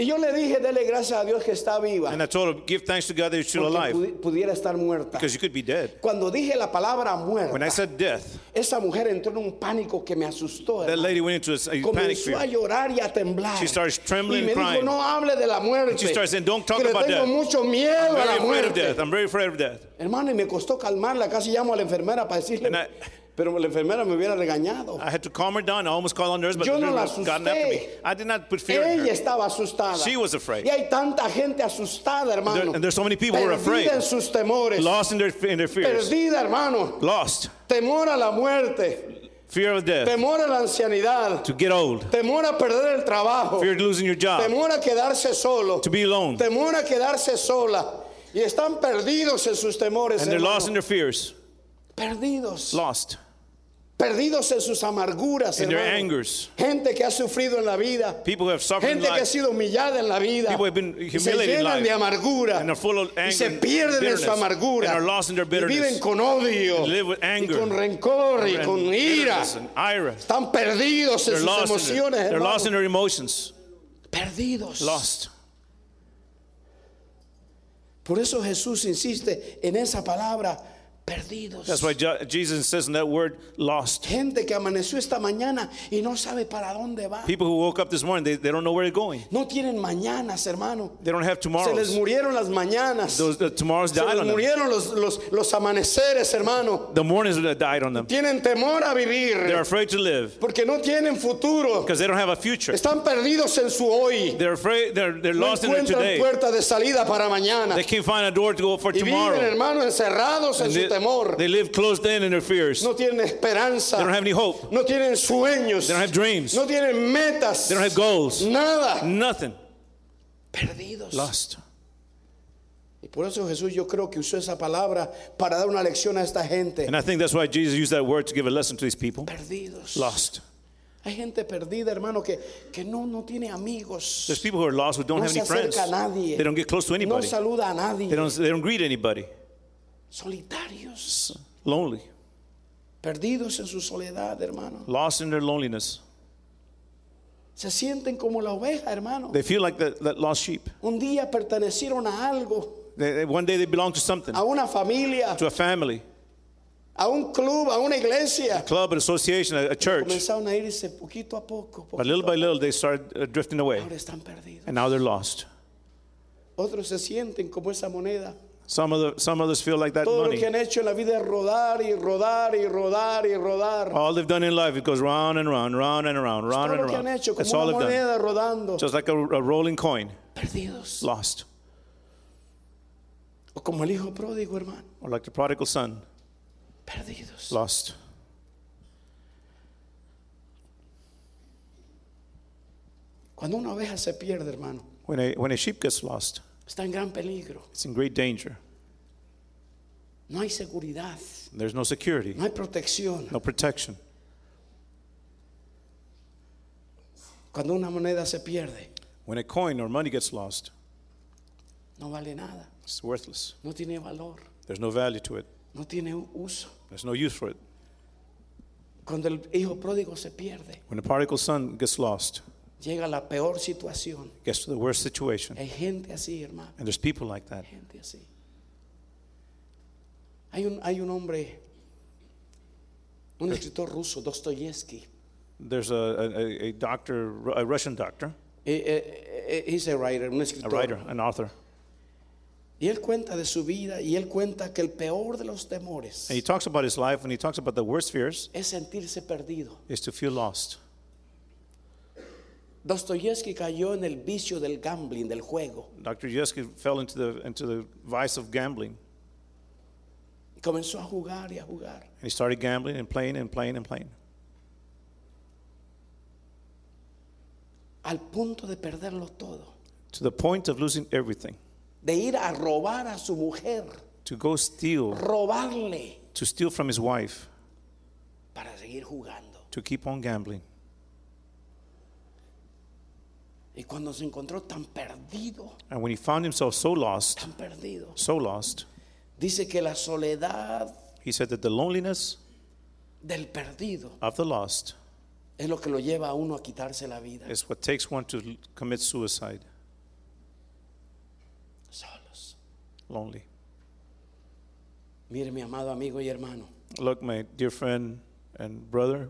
[SPEAKER 2] Y yo le dije, dele gracias a Dios que está viva,
[SPEAKER 3] And I told her, give thanks to God that you're still
[SPEAKER 2] porque
[SPEAKER 3] alive.
[SPEAKER 2] pudi- pudiera estar muerta.
[SPEAKER 3] Because you could be dead.
[SPEAKER 2] Cuando dije la palabra
[SPEAKER 3] When I
[SPEAKER 2] muerta,
[SPEAKER 3] said death,
[SPEAKER 2] esa mujer entró en un pánico que me asustó.
[SPEAKER 3] that
[SPEAKER 2] hermano.
[SPEAKER 3] lady went into a, a panic
[SPEAKER 2] comenzó a
[SPEAKER 3] fear.
[SPEAKER 2] llorar y a temblar.
[SPEAKER 3] She starts trembling
[SPEAKER 2] y me
[SPEAKER 3] and
[SPEAKER 2] dijo,
[SPEAKER 3] crying.
[SPEAKER 2] no hable de la muerte.
[SPEAKER 3] she starts saying, "Don't talk
[SPEAKER 2] que le
[SPEAKER 3] about
[SPEAKER 2] tengo
[SPEAKER 3] death.
[SPEAKER 2] mucho miedo a la
[SPEAKER 3] Very afraid of death.
[SPEAKER 2] muerte.
[SPEAKER 3] I'm very afraid of death.
[SPEAKER 2] Hermano, y me costó calmarla. Casi llamo a la enfermera para decirle.
[SPEAKER 3] And I-
[SPEAKER 2] pero la enfermera me hubiera regañado.
[SPEAKER 3] I had to calm her down. I almost called on nurse, but
[SPEAKER 2] Yo
[SPEAKER 3] the
[SPEAKER 2] no la
[SPEAKER 3] nurse gotten after me.
[SPEAKER 2] asusté.
[SPEAKER 3] I did not put fear in
[SPEAKER 2] Ella
[SPEAKER 3] her.
[SPEAKER 2] estaba asustada.
[SPEAKER 3] She was afraid.
[SPEAKER 2] Y hay tanta gente asustada, hermano.
[SPEAKER 3] There- and there's so many people who are
[SPEAKER 2] Perdida
[SPEAKER 3] afraid.
[SPEAKER 2] en sus temores.
[SPEAKER 3] Lost in their, in their fears.
[SPEAKER 2] Perdida, hermano.
[SPEAKER 3] Lost.
[SPEAKER 2] Temor a la muerte.
[SPEAKER 3] Fear of death.
[SPEAKER 2] Temor a la ancianidad.
[SPEAKER 3] To get old.
[SPEAKER 2] Temor a perder el trabajo.
[SPEAKER 3] Fear of losing your job.
[SPEAKER 2] Temor a quedarse solo.
[SPEAKER 3] To be alone.
[SPEAKER 2] temor a quedarse sola y están perdidos en sus temores
[SPEAKER 3] And they're
[SPEAKER 2] hermano.
[SPEAKER 3] lost in their fears.
[SPEAKER 2] perdidos
[SPEAKER 3] Lost.
[SPEAKER 2] perdidos en sus amarguras,
[SPEAKER 3] in their
[SPEAKER 2] hermano.
[SPEAKER 3] angers.
[SPEAKER 2] gente que ha sufrido en la vida,
[SPEAKER 3] People who have suffered in
[SPEAKER 2] gente que ha
[SPEAKER 3] life
[SPEAKER 2] sido humillada en la vida,
[SPEAKER 3] People have been
[SPEAKER 2] y se
[SPEAKER 3] humiliated in
[SPEAKER 2] llenan
[SPEAKER 3] life
[SPEAKER 2] de amargura
[SPEAKER 3] and are full of anger
[SPEAKER 2] y se
[SPEAKER 3] and
[SPEAKER 2] pierden en
[SPEAKER 3] bitterness
[SPEAKER 2] su amargura
[SPEAKER 3] and are lost in their
[SPEAKER 2] y viven
[SPEAKER 3] bitterness
[SPEAKER 2] con odio
[SPEAKER 3] and live with
[SPEAKER 2] y
[SPEAKER 3] anger
[SPEAKER 2] con rencor y
[SPEAKER 3] and
[SPEAKER 2] con ira.
[SPEAKER 3] bitterness and ira.
[SPEAKER 2] Están perdidos en
[SPEAKER 3] They're
[SPEAKER 2] sus
[SPEAKER 3] lost, in their,
[SPEAKER 2] emociones,
[SPEAKER 3] they're
[SPEAKER 2] hermano.
[SPEAKER 3] lost in their emotions.
[SPEAKER 2] perdidos.
[SPEAKER 3] Lost.
[SPEAKER 2] Por eso Jesús insiste en esa palabra, perdidos.
[SPEAKER 3] That's why Je- Jesus says in that word, lost.
[SPEAKER 2] Gente que amaneció esta mañana y no sabe para dónde va.
[SPEAKER 3] People who woke up this morning, they, they don't know where they're going.
[SPEAKER 2] No tienen mañanas, hermano.
[SPEAKER 3] They don't have
[SPEAKER 2] Se les
[SPEAKER 3] tomorrows.
[SPEAKER 2] murieron las mañanas.
[SPEAKER 3] Those, the tomorrows
[SPEAKER 2] Se
[SPEAKER 3] died
[SPEAKER 2] les
[SPEAKER 3] on them.
[SPEAKER 2] murieron los, los, los amaneceres, hermano.
[SPEAKER 3] The mornings that died on them.
[SPEAKER 2] Tienen temor a
[SPEAKER 3] They're
[SPEAKER 2] vivir
[SPEAKER 3] afraid to live
[SPEAKER 2] porque no tienen futuro.
[SPEAKER 3] because they don't have a future.
[SPEAKER 2] Están perdidos en su hoy.
[SPEAKER 3] They're afraid. They're, they're
[SPEAKER 2] No
[SPEAKER 3] lost in their
[SPEAKER 2] encuentran
[SPEAKER 3] today.
[SPEAKER 2] puerta de salida para mañana.
[SPEAKER 3] They can't find a door to go for
[SPEAKER 2] Y viven,
[SPEAKER 3] tomorrow.
[SPEAKER 2] hermano, encerrados en
[SPEAKER 3] And
[SPEAKER 2] su
[SPEAKER 3] They,
[SPEAKER 2] temor.
[SPEAKER 3] they live closed in in their fears.
[SPEAKER 2] No tienen
[SPEAKER 3] They don't
[SPEAKER 2] esperanza.
[SPEAKER 3] have any hope.
[SPEAKER 2] No tienen sueños.
[SPEAKER 3] They don't have dreams.
[SPEAKER 2] No tienen metas.
[SPEAKER 3] They don't have goals.
[SPEAKER 2] Nada.
[SPEAKER 3] Nothing.
[SPEAKER 2] Perdidos.
[SPEAKER 3] Lost.
[SPEAKER 2] Y por eso Jesús yo creo que usó esa palabra para dar una lección a esta gente.
[SPEAKER 3] And I think that's why Jesus used that word to give a lesson to these people.
[SPEAKER 2] Perdidos.
[SPEAKER 3] Lost.
[SPEAKER 2] Hay gente perdida, hermano, que, que no, no tiene
[SPEAKER 3] There's
[SPEAKER 2] amigos.
[SPEAKER 3] people who are lost who don't
[SPEAKER 2] No
[SPEAKER 3] have
[SPEAKER 2] se
[SPEAKER 3] any
[SPEAKER 2] acerca
[SPEAKER 3] friends.
[SPEAKER 2] a nadie.
[SPEAKER 3] They don't get close to
[SPEAKER 2] No
[SPEAKER 3] anybody.
[SPEAKER 2] saluda a nadie.
[SPEAKER 3] They don't, they don't greet anybody.
[SPEAKER 2] Solitarios.
[SPEAKER 3] Lonely.
[SPEAKER 2] Perdidos en su soledad, hermano.
[SPEAKER 3] Lost in their loneliness.
[SPEAKER 2] Se sienten como la oveja, hermano.
[SPEAKER 3] They feel like that, that lost sheep.
[SPEAKER 2] Un día pertenecieron a algo,
[SPEAKER 3] They, they- one day they belong to something,
[SPEAKER 2] a una familia,
[SPEAKER 3] to a family,
[SPEAKER 2] a un club, a una iglesia.
[SPEAKER 3] club, an association, a, a church.
[SPEAKER 2] Comenzaron a irse poquito a poco. poquito
[SPEAKER 3] But little by
[SPEAKER 2] a
[SPEAKER 3] little they start uh, drifting
[SPEAKER 2] poco.
[SPEAKER 3] away.
[SPEAKER 2] Ahora están perdidos.
[SPEAKER 3] And now they're lost.
[SPEAKER 2] Otros se sienten como esa moneda.
[SPEAKER 3] Some, other, some others feel like that
[SPEAKER 2] Todo lo
[SPEAKER 3] money.
[SPEAKER 2] que han hecho en la vida es rodar y rodar y rodar y rodar.
[SPEAKER 3] All they've done in life, it goes round and round, round and round, round
[SPEAKER 2] Todo
[SPEAKER 3] and
[SPEAKER 2] lo que han
[SPEAKER 3] round.
[SPEAKER 2] hecho
[SPEAKER 3] That's
[SPEAKER 2] como
[SPEAKER 3] all
[SPEAKER 2] una
[SPEAKER 3] they've done.
[SPEAKER 2] moneda rodando.
[SPEAKER 3] Just like a, a rolling coin,
[SPEAKER 2] Perdidos.
[SPEAKER 3] lost.
[SPEAKER 2] O como el hijo pródigo, hermano.
[SPEAKER 3] Or like the prodigal son,
[SPEAKER 2] Perdidos.
[SPEAKER 3] lost.
[SPEAKER 2] Cuando una oveja se pierde, hermano,
[SPEAKER 3] When a, when a sheep gets lost,
[SPEAKER 2] está en gran peligro.
[SPEAKER 3] it's in great danger.
[SPEAKER 2] No hay seguridad,
[SPEAKER 3] There's no security,
[SPEAKER 2] no hay protección.
[SPEAKER 3] no protection.
[SPEAKER 2] Cuando una moneda se pierde,
[SPEAKER 3] When a coin or money gets lost,
[SPEAKER 2] no vale nada,
[SPEAKER 3] it's worthless.
[SPEAKER 2] no tiene valor,
[SPEAKER 3] There's no value to it,
[SPEAKER 2] no tiene u- uso.
[SPEAKER 3] there's no use for it.
[SPEAKER 2] Cuando el hijo pródigo se pierde,
[SPEAKER 3] When the prodigal son gets lost,
[SPEAKER 2] llega a la peor situación.
[SPEAKER 3] gets to the worst situation.
[SPEAKER 2] Hay gente así, hermano,
[SPEAKER 3] And there's people like that.
[SPEAKER 2] gente así. Hay un, hay un hombre,
[SPEAKER 3] Eh.
[SPEAKER 2] un escritor ruso, Dostoyevsky.
[SPEAKER 3] There's a, a, a doctor, a Russian doctor,
[SPEAKER 2] Eh, eh, eh, He's a writer, un
[SPEAKER 3] a
[SPEAKER 2] escritor.
[SPEAKER 3] writer, an author.
[SPEAKER 2] Y él cuenta de su vida y él cuenta que el peor de los temores
[SPEAKER 3] And he talks about his life and he talks about the worst fears
[SPEAKER 2] es sentirse perdido.
[SPEAKER 3] is to feel lost.
[SPEAKER 2] Dostoyevsky cayó en el vicio del gambling, del juego.
[SPEAKER 3] Dr. Yeski fell into the, into the vice of gambling.
[SPEAKER 2] Y comenzó a jugar y a jugar.
[SPEAKER 3] And he started gambling and playing and playing and playing.
[SPEAKER 2] Al punto de perderlo todo.
[SPEAKER 3] To the point of losing everything.
[SPEAKER 2] De ir a robar a su mujer.
[SPEAKER 3] To go steal,
[SPEAKER 2] Robarle
[SPEAKER 3] to steal from his wife,
[SPEAKER 2] para seguir jugando.
[SPEAKER 3] to keep on gambling.
[SPEAKER 2] Y cuando se encontró tan perdido,
[SPEAKER 3] And when he found himself so lost,
[SPEAKER 2] tan perdido,
[SPEAKER 3] so lost,
[SPEAKER 2] dice que la soledad
[SPEAKER 3] he said that the loneliness
[SPEAKER 2] del perdido
[SPEAKER 3] of the lost
[SPEAKER 2] es lo que lo lleva a uno a quitarse la vida.
[SPEAKER 3] is what takes one to l- commit suicide.
[SPEAKER 2] Solos.
[SPEAKER 3] Lonely.
[SPEAKER 2] Mire, mi amado amigo y hermano.
[SPEAKER 3] Look, my dear friend and brother,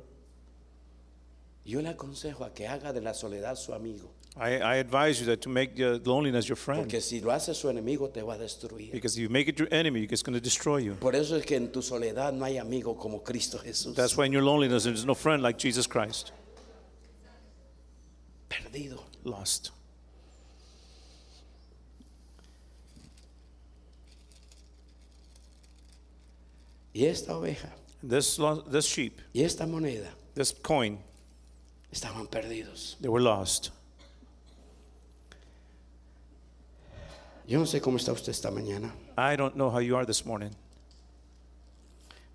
[SPEAKER 2] Yo le aconsejo a que haga de la soledad su amigo,
[SPEAKER 3] I, I advise you that to make uh, loneliness your friend.
[SPEAKER 2] porque si lo hace su enemigo te va a destruir.
[SPEAKER 3] Because if you make it your enemy, it's going to destroy you.
[SPEAKER 2] Por eso es que en tu soledad no hay amigo como Cristo Jesús.
[SPEAKER 3] That's why in your loneliness, there's no friend like Jesus Christ.
[SPEAKER 2] Perdido.
[SPEAKER 3] Lost.
[SPEAKER 2] Y esta oveja
[SPEAKER 3] This, lo- this sheep,
[SPEAKER 2] y esta moneda
[SPEAKER 3] this coin,
[SPEAKER 2] estaban perdidos.
[SPEAKER 3] they were lost.
[SPEAKER 2] Yo no sé cómo está usted esta mañana.
[SPEAKER 3] I don't know how you are this morning.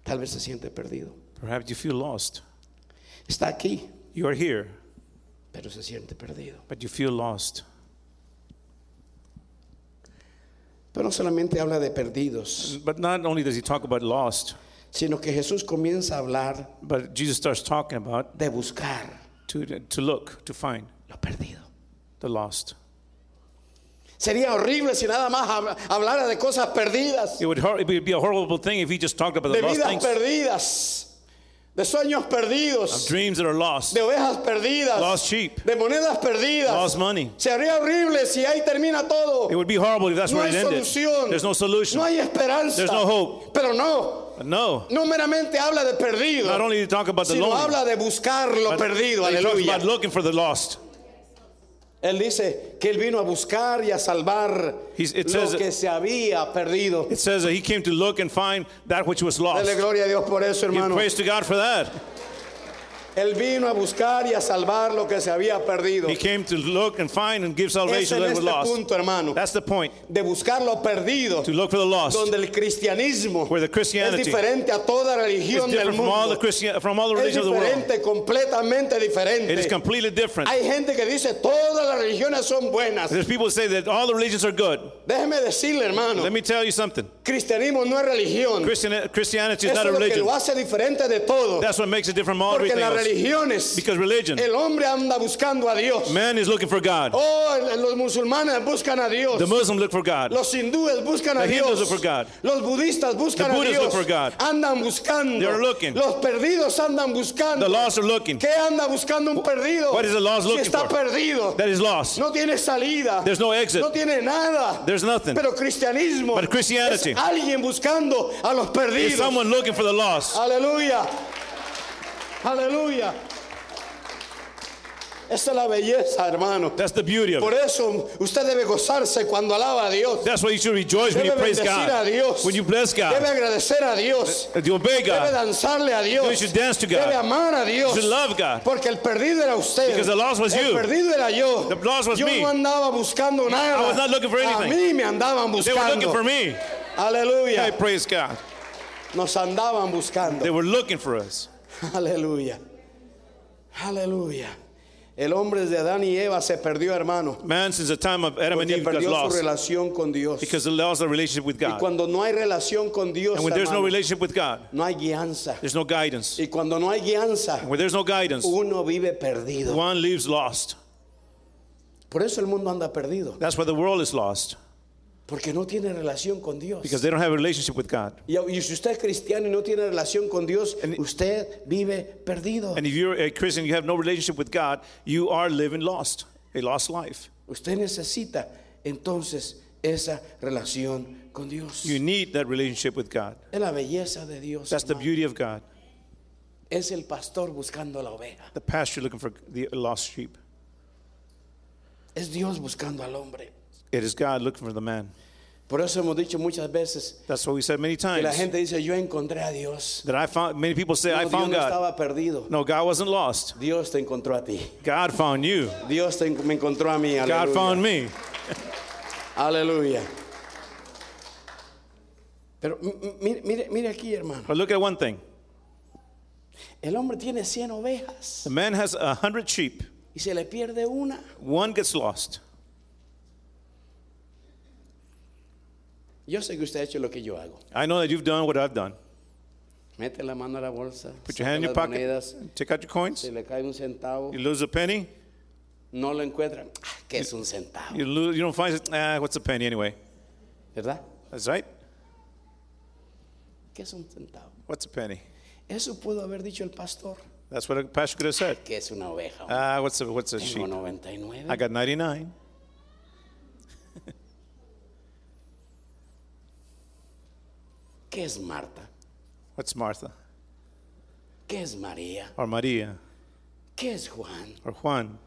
[SPEAKER 2] Tal vez se siente perdido.
[SPEAKER 3] Perhaps you feel lost.
[SPEAKER 2] Está aquí,
[SPEAKER 3] You are here,
[SPEAKER 2] pero se siente perdido.
[SPEAKER 3] but you feel lost.
[SPEAKER 2] Pero no solamente habla de perdidos,
[SPEAKER 3] But not only does he talk about lost,
[SPEAKER 2] sino que Jesús comienza a hablar
[SPEAKER 3] but Jesus starts talking about
[SPEAKER 2] de buscar
[SPEAKER 3] to, to look, to find
[SPEAKER 2] lo perdido.
[SPEAKER 3] the lost.
[SPEAKER 2] Sería horrible si nada más hab- hablara de cosas perdidas,
[SPEAKER 3] It would, hor- it would be a horrible thing if he just talked about
[SPEAKER 2] de
[SPEAKER 3] the lost
[SPEAKER 2] vidas
[SPEAKER 3] things,
[SPEAKER 2] perdidas, de sueños perdidos,
[SPEAKER 3] dreams that are lost,
[SPEAKER 2] de ovejas perdidas,
[SPEAKER 3] lost sheep,
[SPEAKER 2] de monedas perdidas.
[SPEAKER 3] lost money.
[SPEAKER 2] Sería horrible si ahí termina todo.
[SPEAKER 3] It would be horrible if that's
[SPEAKER 2] No
[SPEAKER 3] where
[SPEAKER 2] hay
[SPEAKER 3] it ended.
[SPEAKER 2] solución.
[SPEAKER 3] There's no solution.
[SPEAKER 2] No hay esperanza.
[SPEAKER 3] There's no hope.
[SPEAKER 2] Pero no,
[SPEAKER 3] But no.
[SPEAKER 2] no meramente habla de
[SPEAKER 3] Not
[SPEAKER 2] perdido,
[SPEAKER 3] only did he talk about the
[SPEAKER 2] sino
[SPEAKER 3] lonely,
[SPEAKER 2] habla de buscar lo
[SPEAKER 3] but he
[SPEAKER 2] perdido.
[SPEAKER 3] talks
[SPEAKER 2] Aleluya.
[SPEAKER 3] about looking for the lost.
[SPEAKER 2] Él dice que él vino a buscar y a salvar
[SPEAKER 3] He's- it
[SPEAKER 2] lo
[SPEAKER 3] says-
[SPEAKER 2] que se había perdido.
[SPEAKER 3] It says that he came to look and find that which was lost.
[SPEAKER 2] Dele gloria a Dios por eso,
[SPEAKER 3] Give
[SPEAKER 2] hermano.
[SPEAKER 3] praise to God for that.
[SPEAKER 2] Él vino a buscar y a salvar lo que se había perdido.
[SPEAKER 3] He came to look and find and give
[SPEAKER 2] Es
[SPEAKER 3] salvation
[SPEAKER 2] en
[SPEAKER 3] that was
[SPEAKER 2] este
[SPEAKER 3] lost.
[SPEAKER 2] punto, hermano,
[SPEAKER 3] That's the point.
[SPEAKER 2] de buscar lo perdido,
[SPEAKER 3] To look for the lost.
[SPEAKER 2] donde el cristianismo
[SPEAKER 3] Where the
[SPEAKER 2] es
[SPEAKER 3] Christianity
[SPEAKER 2] diferente a toda
[SPEAKER 3] It's
[SPEAKER 2] religión del
[SPEAKER 3] different from all the
[SPEAKER 2] mundo.
[SPEAKER 3] Christian, from all
[SPEAKER 2] Es
[SPEAKER 3] the religions of the world.
[SPEAKER 2] diferente, completamente
[SPEAKER 3] It is
[SPEAKER 2] diferente.
[SPEAKER 3] completely different.
[SPEAKER 2] Hay gente que dice todas las religiones son buenas.
[SPEAKER 3] There's people who say that all the religions are good.
[SPEAKER 2] Déjeme decirle, hermano,
[SPEAKER 3] Let me tell you something.
[SPEAKER 2] cristianismo no es religión.
[SPEAKER 3] Christian, Christianity is
[SPEAKER 2] Eso
[SPEAKER 3] not a
[SPEAKER 2] es lo que
[SPEAKER 3] religion.
[SPEAKER 2] lo hace diferente de todo.
[SPEAKER 3] That's what makes it different from all
[SPEAKER 2] Porque en
[SPEAKER 3] everything
[SPEAKER 2] las
[SPEAKER 3] else.
[SPEAKER 2] religiones
[SPEAKER 3] Because religion,
[SPEAKER 2] el hombre anda buscando a Dios.
[SPEAKER 3] man is looking for God.
[SPEAKER 2] Oh, el- los musulmanes buscan a Dios.
[SPEAKER 3] The Muslims look for God.
[SPEAKER 2] Los hindúes buscan a
[SPEAKER 3] The Hindus
[SPEAKER 2] Dios.
[SPEAKER 3] look for God.
[SPEAKER 2] Los budistas buscan
[SPEAKER 3] The
[SPEAKER 2] a
[SPEAKER 3] Buddhists
[SPEAKER 2] Dios.
[SPEAKER 3] look for God.
[SPEAKER 2] Andan buscando.
[SPEAKER 3] They're looking.
[SPEAKER 2] Los perdidos andan buscando.
[SPEAKER 3] The lost are looking.
[SPEAKER 2] ¿Qué anda buscando un perdido?
[SPEAKER 3] What is the lost
[SPEAKER 2] si
[SPEAKER 3] looking
[SPEAKER 2] está
[SPEAKER 3] for?
[SPEAKER 2] perdido.
[SPEAKER 3] That is lost.
[SPEAKER 2] No tiene salida.
[SPEAKER 3] There's no exit.
[SPEAKER 2] No tiene nada.
[SPEAKER 3] There's nothing.
[SPEAKER 2] Pero cristianismo
[SPEAKER 3] But Christianity.
[SPEAKER 2] es alguien buscando a los
[SPEAKER 3] There's
[SPEAKER 2] perdidos.
[SPEAKER 3] someone looking for the lost.
[SPEAKER 2] Ah. Aleluya. Aleluya. Esa es la belleza, hermano.
[SPEAKER 3] That's the beauty of
[SPEAKER 2] Por
[SPEAKER 3] it.
[SPEAKER 2] eso usted debe gozarse cuando alaba a Dios.
[SPEAKER 3] That's why you should rejoice when you
[SPEAKER 2] Debe
[SPEAKER 3] praise
[SPEAKER 2] bendecir a
[SPEAKER 3] God.
[SPEAKER 2] Dios.
[SPEAKER 3] When you bless
[SPEAKER 2] Debe
[SPEAKER 3] God.
[SPEAKER 2] agradecer a Dios.
[SPEAKER 3] That you obey
[SPEAKER 2] Debe
[SPEAKER 3] God.
[SPEAKER 2] danzarle a Dios.
[SPEAKER 3] You should dance to God.
[SPEAKER 2] Debe amar a Dios.
[SPEAKER 3] You should love God.
[SPEAKER 2] Porque el perdido era usted.
[SPEAKER 3] Because the lost was
[SPEAKER 2] el
[SPEAKER 3] you.
[SPEAKER 2] perdido era yo.
[SPEAKER 3] The lost was
[SPEAKER 2] yo
[SPEAKER 3] me.
[SPEAKER 2] no andaba buscando nada.
[SPEAKER 3] I was not looking for
[SPEAKER 2] A
[SPEAKER 3] anything.
[SPEAKER 2] mí me andaban
[SPEAKER 3] They were
[SPEAKER 2] buscando.
[SPEAKER 3] looking for me.
[SPEAKER 2] Aleluya.
[SPEAKER 3] I praise God.
[SPEAKER 2] Nos andaban buscando.
[SPEAKER 3] They were looking for us.
[SPEAKER 2] Aleluya. Aleluya. El hombre de Adán y Eva se perdió, hermano.
[SPEAKER 3] Man, since the time of Adam and
[SPEAKER 2] Porque
[SPEAKER 3] Eve got
[SPEAKER 2] perdió su
[SPEAKER 3] lost
[SPEAKER 2] relación con Dios.
[SPEAKER 3] because they lost their relationship with
[SPEAKER 2] y
[SPEAKER 3] God.
[SPEAKER 2] cuando no hay relación con Dios,
[SPEAKER 3] And when there's no
[SPEAKER 2] hermano,
[SPEAKER 3] relationship with God,
[SPEAKER 2] no hay guianza.
[SPEAKER 3] there's no guidance.
[SPEAKER 2] Y cuando no hay guianza,
[SPEAKER 3] When there's no guidance,
[SPEAKER 2] uno vive perdido.
[SPEAKER 3] one leaves lost.
[SPEAKER 2] Por eso el mundo anda perdido,
[SPEAKER 3] That's why the world is lost
[SPEAKER 2] porque no tiene relación con Dios.
[SPEAKER 3] because they don't have a relationship with God.
[SPEAKER 2] Y, y si usted es cristiano y no tiene relación con Dios,
[SPEAKER 3] And-
[SPEAKER 2] usted vive perdido.
[SPEAKER 3] And if you're a Christian, you have no relationship with God, you are living lost, a lost life.
[SPEAKER 2] Usted necesita entonces esa relación con Dios.
[SPEAKER 3] You need that relationship with God.
[SPEAKER 2] Es la belleza de Dios.
[SPEAKER 3] That's the
[SPEAKER 2] hermano.
[SPEAKER 3] beauty of God.
[SPEAKER 2] Es el pastor buscando a la oveja.
[SPEAKER 3] The pasture looking for the lost sheep.
[SPEAKER 2] Es Dios buscando al hombre.
[SPEAKER 3] It is God looking for the man.
[SPEAKER 2] Por eso hemos dicho muchas veces
[SPEAKER 3] That's what we said many
[SPEAKER 2] que la
[SPEAKER 3] times.
[SPEAKER 2] gente dice, yo encontré a Dios.
[SPEAKER 3] That I found many people say
[SPEAKER 2] No,
[SPEAKER 3] I
[SPEAKER 2] Dios no
[SPEAKER 3] found God.
[SPEAKER 2] estaba perdido.
[SPEAKER 3] No, God wasn't lost.
[SPEAKER 2] Dios te encontró a ti.
[SPEAKER 3] God found you.
[SPEAKER 2] Dios te- me encontró a mí.
[SPEAKER 3] God
[SPEAKER 2] aleluya.
[SPEAKER 3] found me.
[SPEAKER 2] Aleluya. Pero m- m- mire, mire, mire aquí, hermano.
[SPEAKER 3] But look at one thing.
[SPEAKER 2] El hombre tiene 100 ovejas
[SPEAKER 3] The man has a hundred sheep.
[SPEAKER 2] y se le pierde una.
[SPEAKER 3] One gets lost.
[SPEAKER 2] Yo sé que usted ha hecho lo que yo hago.
[SPEAKER 3] I know that you've done what I've done.
[SPEAKER 2] Mete la mano a la bolsa,
[SPEAKER 3] Put your
[SPEAKER 2] saca
[SPEAKER 3] hand in your
[SPEAKER 2] las
[SPEAKER 3] pocket.
[SPEAKER 2] monedas,
[SPEAKER 3] Take out your coins.
[SPEAKER 2] si le cae un centavo,
[SPEAKER 3] You lose a penny.
[SPEAKER 2] no lo encuentran. Ah, que es un centavo,
[SPEAKER 3] You lose. You don't find it. Ah, what's a penny anyway?
[SPEAKER 2] ¿verdad?
[SPEAKER 3] That's right.
[SPEAKER 2] Que es un centavo.
[SPEAKER 3] What's a penny?
[SPEAKER 2] Eso pudo haber dicho el pastor,
[SPEAKER 3] That's what a pastor could have said.
[SPEAKER 2] que es una oveja.
[SPEAKER 3] Ah, what's a what's a
[SPEAKER 2] Tengo
[SPEAKER 3] sheep?
[SPEAKER 2] 99.
[SPEAKER 3] I got 99.
[SPEAKER 2] ¿Qué es Marta?
[SPEAKER 3] What's Martha
[SPEAKER 2] ¿Qué es María?
[SPEAKER 3] or Maria
[SPEAKER 2] ¿Qué es Juan?
[SPEAKER 3] or Juan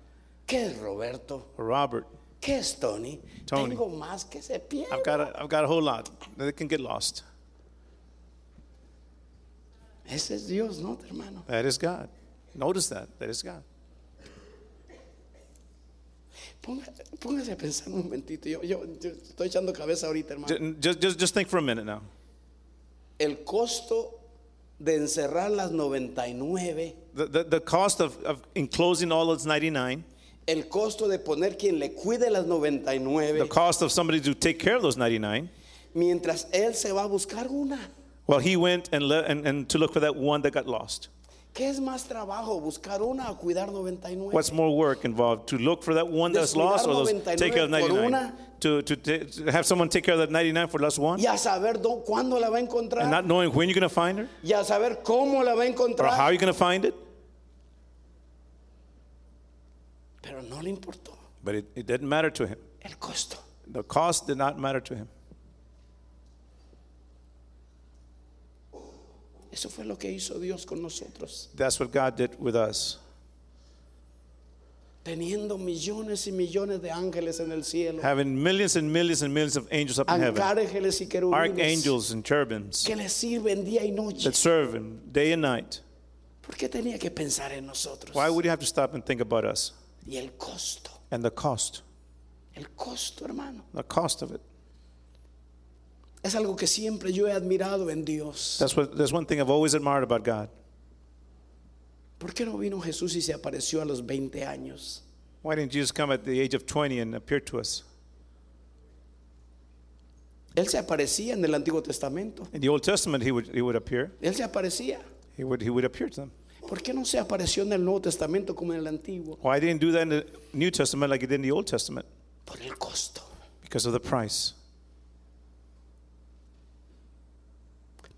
[SPEAKER 2] ¿Qué es Roberto?
[SPEAKER 3] or Robert?
[SPEAKER 2] ¿Qué es Tony?
[SPEAKER 3] Tony. Ah,
[SPEAKER 2] Tengo más que se pierde.
[SPEAKER 3] I've got a, I've got a whole lot that can get lost.
[SPEAKER 2] Ese es Dios, ¿no, hermano?
[SPEAKER 3] That is God. Notice that. That is God.
[SPEAKER 2] Ponga- Póngase a pensar un momentito. Yo, yo, yo estoy echando cabeza ahorita, hermano.
[SPEAKER 3] Ju- Just, just, just think for a minute now.
[SPEAKER 2] El costo de encerrar las 99,
[SPEAKER 3] The, the, the cost of, of enclosing all those 99,
[SPEAKER 2] el costo de poner quien le cuide las
[SPEAKER 3] the
[SPEAKER 2] 99,
[SPEAKER 3] cost of somebody to take care of those 99.
[SPEAKER 2] mientras él se va a buscar una.
[SPEAKER 3] Well, he went and, le- and, and to look for that one that got lost.
[SPEAKER 2] ¿Qué es más trabajo, buscar una o cuidar 99?
[SPEAKER 3] What's more work involved? To look for that one that's
[SPEAKER 2] Descuidar
[SPEAKER 3] lost or those,
[SPEAKER 2] 99
[SPEAKER 3] take care of
[SPEAKER 2] por
[SPEAKER 3] 99?
[SPEAKER 2] una.
[SPEAKER 3] To, to, ta- to have someone take care of that 99 for last one?
[SPEAKER 2] y a saber dó- cuándo la va a
[SPEAKER 3] And
[SPEAKER 2] encontrar,
[SPEAKER 3] not knowing when you're going to find her
[SPEAKER 2] y a saber cómo la va a
[SPEAKER 3] or
[SPEAKER 2] encontrar,
[SPEAKER 3] how you're going to find it?
[SPEAKER 2] pero no le importó
[SPEAKER 3] But it, it didn't matter to him.
[SPEAKER 2] el costo.
[SPEAKER 3] The cost did not matter to him.
[SPEAKER 2] Eso fue lo que hizo Dios con nosotros,
[SPEAKER 3] That's what God did with us.
[SPEAKER 2] teniendo millones y millones de ángeles en el cielo,
[SPEAKER 3] Having millions and millions and millions of angels up in heaven,
[SPEAKER 2] arcángeles y querubines
[SPEAKER 3] archangels and cherubims
[SPEAKER 2] que le sirven día y noche.
[SPEAKER 3] that serve him day and night.
[SPEAKER 2] ¿Por qué tenía que pensar en nosotros?
[SPEAKER 3] Why would you have to stop and think about us
[SPEAKER 2] Y el costo,
[SPEAKER 3] and the cost?
[SPEAKER 2] el costo, hermano.
[SPEAKER 3] The cost of it.
[SPEAKER 2] Es algo que siempre yo he admirado en Dios.
[SPEAKER 3] That's what. That's one thing I've always admired about God.
[SPEAKER 2] ¿Por qué no vino Jesús y se apareció a los 20 años?
[SPEAKER 3] Why didn't Jesus come at the age of 20 and appear to us?
[SPEAKER 2] Él se aparecía en el Antiguo Testamento.
[SPEAKER 3] In the Old Testament, he would he would appear.
[SPEAKER 2] Él se aparecía.
[SPEAKER 3] He would he would appear to them.
[SPEAKER 2] ¿Por qué no se apareció en el Nuevo Testamento como en el Antiguo?
[SPEAKER 3] Why didn't he do that in the New Testament like he did in the Old Testament?
[SPEAKER 2] Por el costo,
[SPEAKER 3] Because of the price.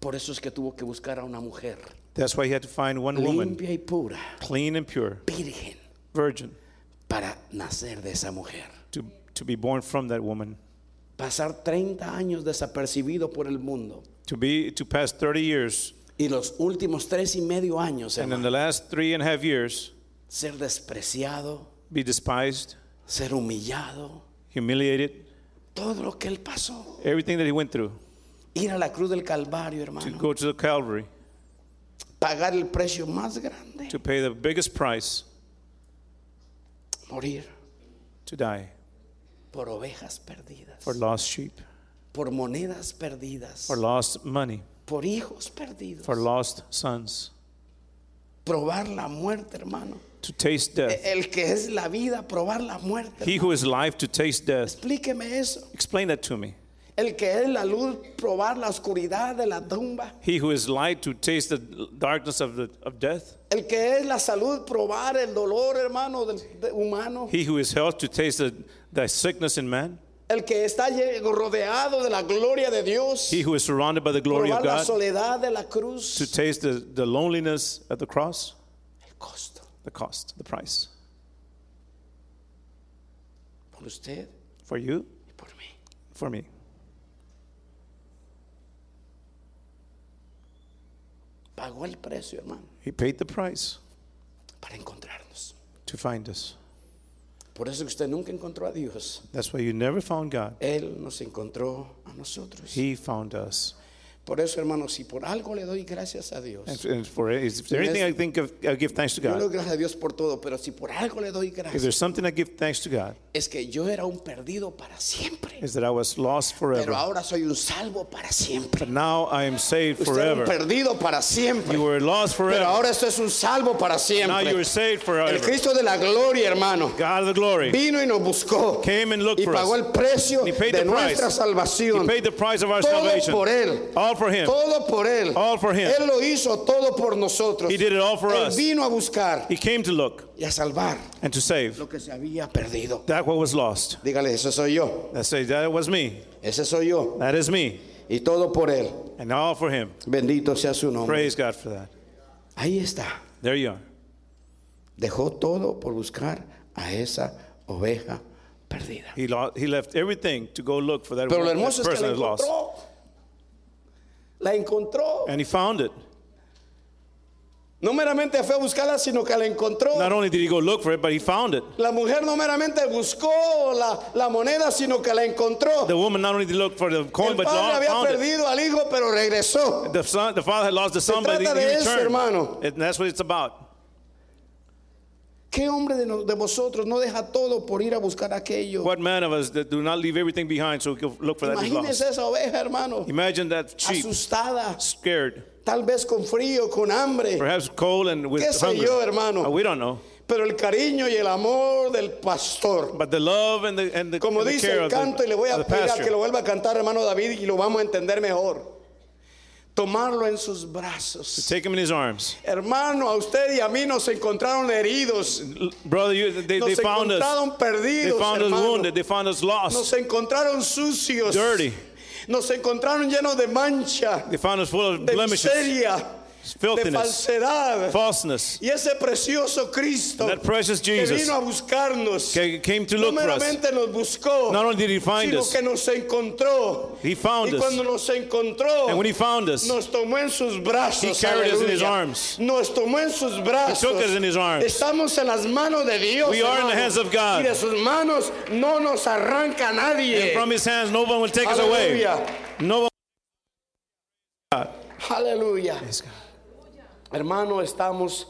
[SPEAKER 2] por eso es que tuvo que buscar a una mujer
[SPEAKER 3] That's why he had to find one woman,
[SPEAKER 2] limpia y pura,
[SPEAKER 3] clean and pure,
[SPEAKER 2] virgen,
[SPEAKER 3] virgin,
[SPEAKER 2] para nacer de esa mujer.
[SPEAKER 3] to to be born from that woman,
[SPEAKER 2] Pasar 30 años desapercibido por el mundo
[SPEAKER 3] to be to pass 30 years,
[SPEAKER 2] y los últimos tres y medio años
[SPEAKER 3] and in
[SPEAKER 2] hermano,
[SPEAKER 3] the last three and a half years,
[SPEAKER 2] ser despreciado,
[SPEAKER 3] be despised,
[SPEAKER 2] ser humillado,
[SPEAKER 3] humiliated,
[SPEAKER 2] todo lo que él pasó.
[SPEAKER 3] everything that he went through,
[SPEAKER 2] Ir a la cruz del Calvario,
[SPEAKER 3] to
[SPEAKER 2] hermano,
[SPEAKER 3] go to the Calvary,
[SPEAKER 2] pagar el precio más grande,
[SPEAKER 3] to pay the biggest price,
[SPEAKER 2] morir
[SPEAKER 3] to die
[SPEAKER 2] por ovejas perdidas,
[SPEAKER 3] for lost sheep,
[SPEAKER 2] por monedas perdidas,
[SPEAKER 3] for lost money,
[SPEAKER 2] por hijos perdidos.
[SPEAKER 3] for lost sons,
[SPEAKER 2] probar la muerte, hermano.
[SPEAKER 3] to taste death.
[SPEAKER 2] El que es la vida, probar la muerte.
[SPEAKER 3] He who is life to taste death.
[SPEAKER 2] Explíqueme eso.
[SPEAKER 3] Explain that to me.
[SPEAKER 2] El que es la luz, probar la oscuridad de la tumba.
[SPEAKER 3] He who is light to taste the darkness of, the, of death.
[SPEAKER 2] El que es la salud, probar el dolor, hermano, del de- humano.
[SPEAKER 3] He who is health to taste the, the sickness in man.
[SPEAKER 2] El que está lle- rodeado de la gloria de Dios,
[SPEAKER 3] He who is surrounded by the glory
[SPEAKER 2] probar
[SPEAKER 3] of
[SPEAKER 2] la
[SPEAKER 3] God
[SPEAKER 2] soledad de la
[SPEAKER 3] to
[SPEAKER 2] cruz.
[SPEAKER 3] taste the, the loneliness at the cross.
[SPEAKER 2] El costo
[SPEAKER 3] The cost, the price.
[SPEAKER 2] por usted
[SPEAKER 3] For you,
[SPEAKER 2] y por mí.
[SPEAKER 3] for me.
[SPEAKER 2] Pagó el precio, hermano,
[SPEAKER 3] He paid the price
[SPEAKER 2] para encontrarnos.
[SPEAKER 3] to find us.
[SPEAKER 2] Por eso que usted nunca encontró a Dios.
[SPEAKER 3] That's why you never found God.
[SPEAKER 2] Él nos encontró a nosotros.
[SPEAKER 3] He found us.
[SPEAKER 2] Por eso, hermanos, si por algo le doy gracias a Dios,
[SPEAKER 3] And, and for if there's anything I think of, I give thanks to
[SPEAKER 2] yo le doy
[SPEAKER 3] God.
[SPEAKER 2] gracias a Dios por todo, pero si por algo le doy
[SPEAKER 3] If
[SPEAKER 2] gracias,
[SPEAKER 3] there's something I give thanks to God,
[SPEAKER 2] es que yo era un perdido para siempre,
[SPEAKER 3] is that I was lost
[SPEAKER 2] pero
[SPEAKER 3] forever.
[SPEAKER 2] ahora soy un salvo para siempre.
[SPEAKER 3] But now I am saved
[SPEAKER 2] Usted era un
[SPEAKER 3] forever.
[SPEAKER 2] perdido para siempre,
[SPEAKER 3] You were lost
[SPEAKER 2] pero
[SPEAKER 3] forever.
[SPEAKER 2] ahora esto es un salvo para
[SPEAKER 3] Now you
[SPEAKER 2] siempre.
[SPEAKER 3] are saved
[SPEAKER 2] El
[SPEAKER 3] forever.
[SPEAKER 2] Cristo de la gloria, hermano,
[SPEAKER 3] God of the glory
[SPEAKER 2] vino y nos buscó
[SPEAKER 3] came and looked
[SPEAKER 2] y
[SPEAKER 3] for
[SPEAKER 2] pagó
[SPEAKER 3] us.
[SPEAKER 2] el precio
[SPEAKER 3] He paid
[SPEAKER 2] de
[SPEAKER 3] the
[SPEAKER 2] nuestra
[SPEAKER 3] price. He
[SPEAKER 2] salvación.
[SPEAKER 3] paid the price of our
[SPEAKER 2] Todo por
[SPEAKER 3] salvation.
[SPEAKER 2] él.
[SPEAKER 3] All for Him.
[SPEAKER 2] Todo por él.
[SPEAKER 3] All for him.
[SPEAKER 2] Él lo hizo todo por nosotros.
[SPEAKER 3] He did it all for
[SPEAKER 2] Él
[SPEAKER 3] us.
[SPEAKER 2] vino a buscar
[SPEAKER 3] He came to look
[SPEAKER 2] y a salvar
[SPEAKER 3] and to save
[SPEAKER 2] lo que se había perdido.
[SPEAKER 3] that what was lost.
[SPEAKER 2] Dígale, eso soy yo.
[SPEAKER 3] That say that was me.
[SPEAKER 2] Ese soy yo.
[SPEAKER 3] That is me.
[SPEAKER 2] Y todo por él.
[SPEAKER 3] And all for Him.
[SPEAKER 2] Bendito sea su nombre.
[SPEAKER 3] Praise God for that.
[SPEAKER 2] Ahí está.
[SPEAKER 3] There you are.
[SPEAKER 2] Dejó todo por buscar a esa oveja perdida.
[SPEAKER 3] He, lo- he left everything to go look for that,
[SPEAKER 2] Pero lo
[SPEAKER 3] one- that
[SPEAKER 2] hermoso es que
[SPEAKER 3] person
[SPEAKER 2] la
[SPEAKER 3] that is lost.
[SPEAKER 2] encontró. La encontró.
[SPEAKER 3] And he found it.
[SPEAKER 2] No meramente fue a buscarla, sino que la encontró.
[SPEAKER 3] Not only did he go look for it, but he found it.
[SPEAKER 2] La mujer no meramente buscó la, la moneda, sino que la encontró.
[SPEAKER 3] The woman not only did look for the coin,
[SPEAKER 2] El
[SPEAKER 3] but
[SPEAKER 2] padre
[SPEAKER 3] lo-
[SPEAKER 2] había
[SPEAKER 3] found it.
[SPEAKER 2] perdido al hijo, pero regresó.
[SPEAKER 3] The, son, the father had lost the son, but he,
[SPEAKER 2] trata
[SPEAKER 3] he
[SPEAKER 2] de eso,
[SPEAKER 3] returned.
[SPEAKER 2] hermano.
[SPEAKER 3] And that's what it's about.
[SPEAKER 2] ¿Qué hombre de, no- de vosotros no deja todo por ir a buscar aquello?
[SPEAKER 3] What man of us that do not leave everything behind so we can look for that is lost?
[SPEAKER 2] Imagínese esa oveja, hermano,
[SPEAKER 3] Imagine that sheep,
[SPEAKER 2] asustada,
[SPEAKER 3] scared,
[SPEAKER 2] tal vez con frío, con hambre.
[SPEAKER 3] perhaps cold and with
[SPEAKER 2] ¿Qué sé
[SPEAKER 3] hunger.
[SPEAKER 2] yo, hermano?
[SPEAKER 3] Uh, we don't know.
[SPEAKER 2] Pero el cariño y el amor del pastor.
[SPEAKER 3] But the love and the, and the,
[SPEAKER 2] Como
[SPEAKER 3] and the
[SPEAKER 2] dice
[SPEAKER 3] care
[SPEAKER 2] el
[SPEAKER 3] of the,
[SPEAKER 2] canto, y le voy
[SPEAKER 3] of
[SPEAKER 2] a
[SPEAKER 3] the
[SPEAKER 2] pedir a
[SPEAKER 3] pastor.
[SPEAKER 2] que lo vuelva a cantar, hermano David, y lo vamos a entender mejor. Tomarlo en sus brazos.
[SPEAKER 3] Take him in his arms.
[SPEAKER 2] Hermano, a usted y a mí nos encontraron heridos.
[SPEAKER 3] L- Brother, you, they,
[SPEAKER 2] Nos
[SPEAKER 3] they found us.
[SPEAKER 2] encontraron
[SPEAKER 3] They
[SPEAKER 2] perdidos,
[SPEAKER 3] found us
[SPEAKER 2] hermano.
[SPEAKER 3] wounded. They found us lost.
[SPEAKER 2] Nos encontraron sucios.
[SPEAKER 3] Dirty.
[SPEAKER 2] Nos encontraron llenos de mancha,
[SPEAKER 3] They found us full of
[SPEAKER 2] de
[SPEAKER 3] blemishes,
[SPEAKER 2] miseria, de
[SPEAKER 3] filthiness,
[SPEAKER 2] falsedad.
[SPEAKER 3] falseness.
[SPEAKER 2] Y ese precioso Cristo
[SPEAKER 3] That precious
[SPEAKER 2] que
[SPEAKER 3] Jesus
[SPEAKER 2] vino a buscarca
[SPEAKER 3] ca- came to
[SPEAKER 2] no
[SPEAKER 3] look for us.
[SPEAKER 2] meramente nos buscó,
[SPEAKER 3] Not only did he find
[SPEAKER 2] sino
[SPEAKER 3] us,
[SPEAKER 2] que nos encontró.
[SPEAKER 3] he found
[SPEAKER 2] y cuando
[SPEAKER 3] us.
[SPEAKER 2] nos encontró,
[SPEAKER 3] And when he found us,
[SPEAKER 2] nos tomó en sus
[SPEAKER 3] He
[SPEAKER 2] brazos.
[SPEAKER 3] carried us in
[SPEAKER 2] aleluya.
[SPEAKER 3] his arms.
[SPEAKER 2] Nos tomó en sus brazos.
[SPEAKER 3] took us in his arms.
[SPEAKER 2] Estamos en las manos de Dios.
[SPEAKER 3] We are in the
[SPEAKER 2] hermano.
[SPEAKER 3] hands of
[SPEAKER 2] Y
[SPEAKER 3] God.
[SPEAKER 2] de sus manos no nos arranca nadie.
[SPEAKER 3] and from his hands, no one will take us away.
[SPEAKER 2] Aleluya.
[SPEAKER 3] No one.
[SPEAKER 2] Aleluya. Hermano, estamos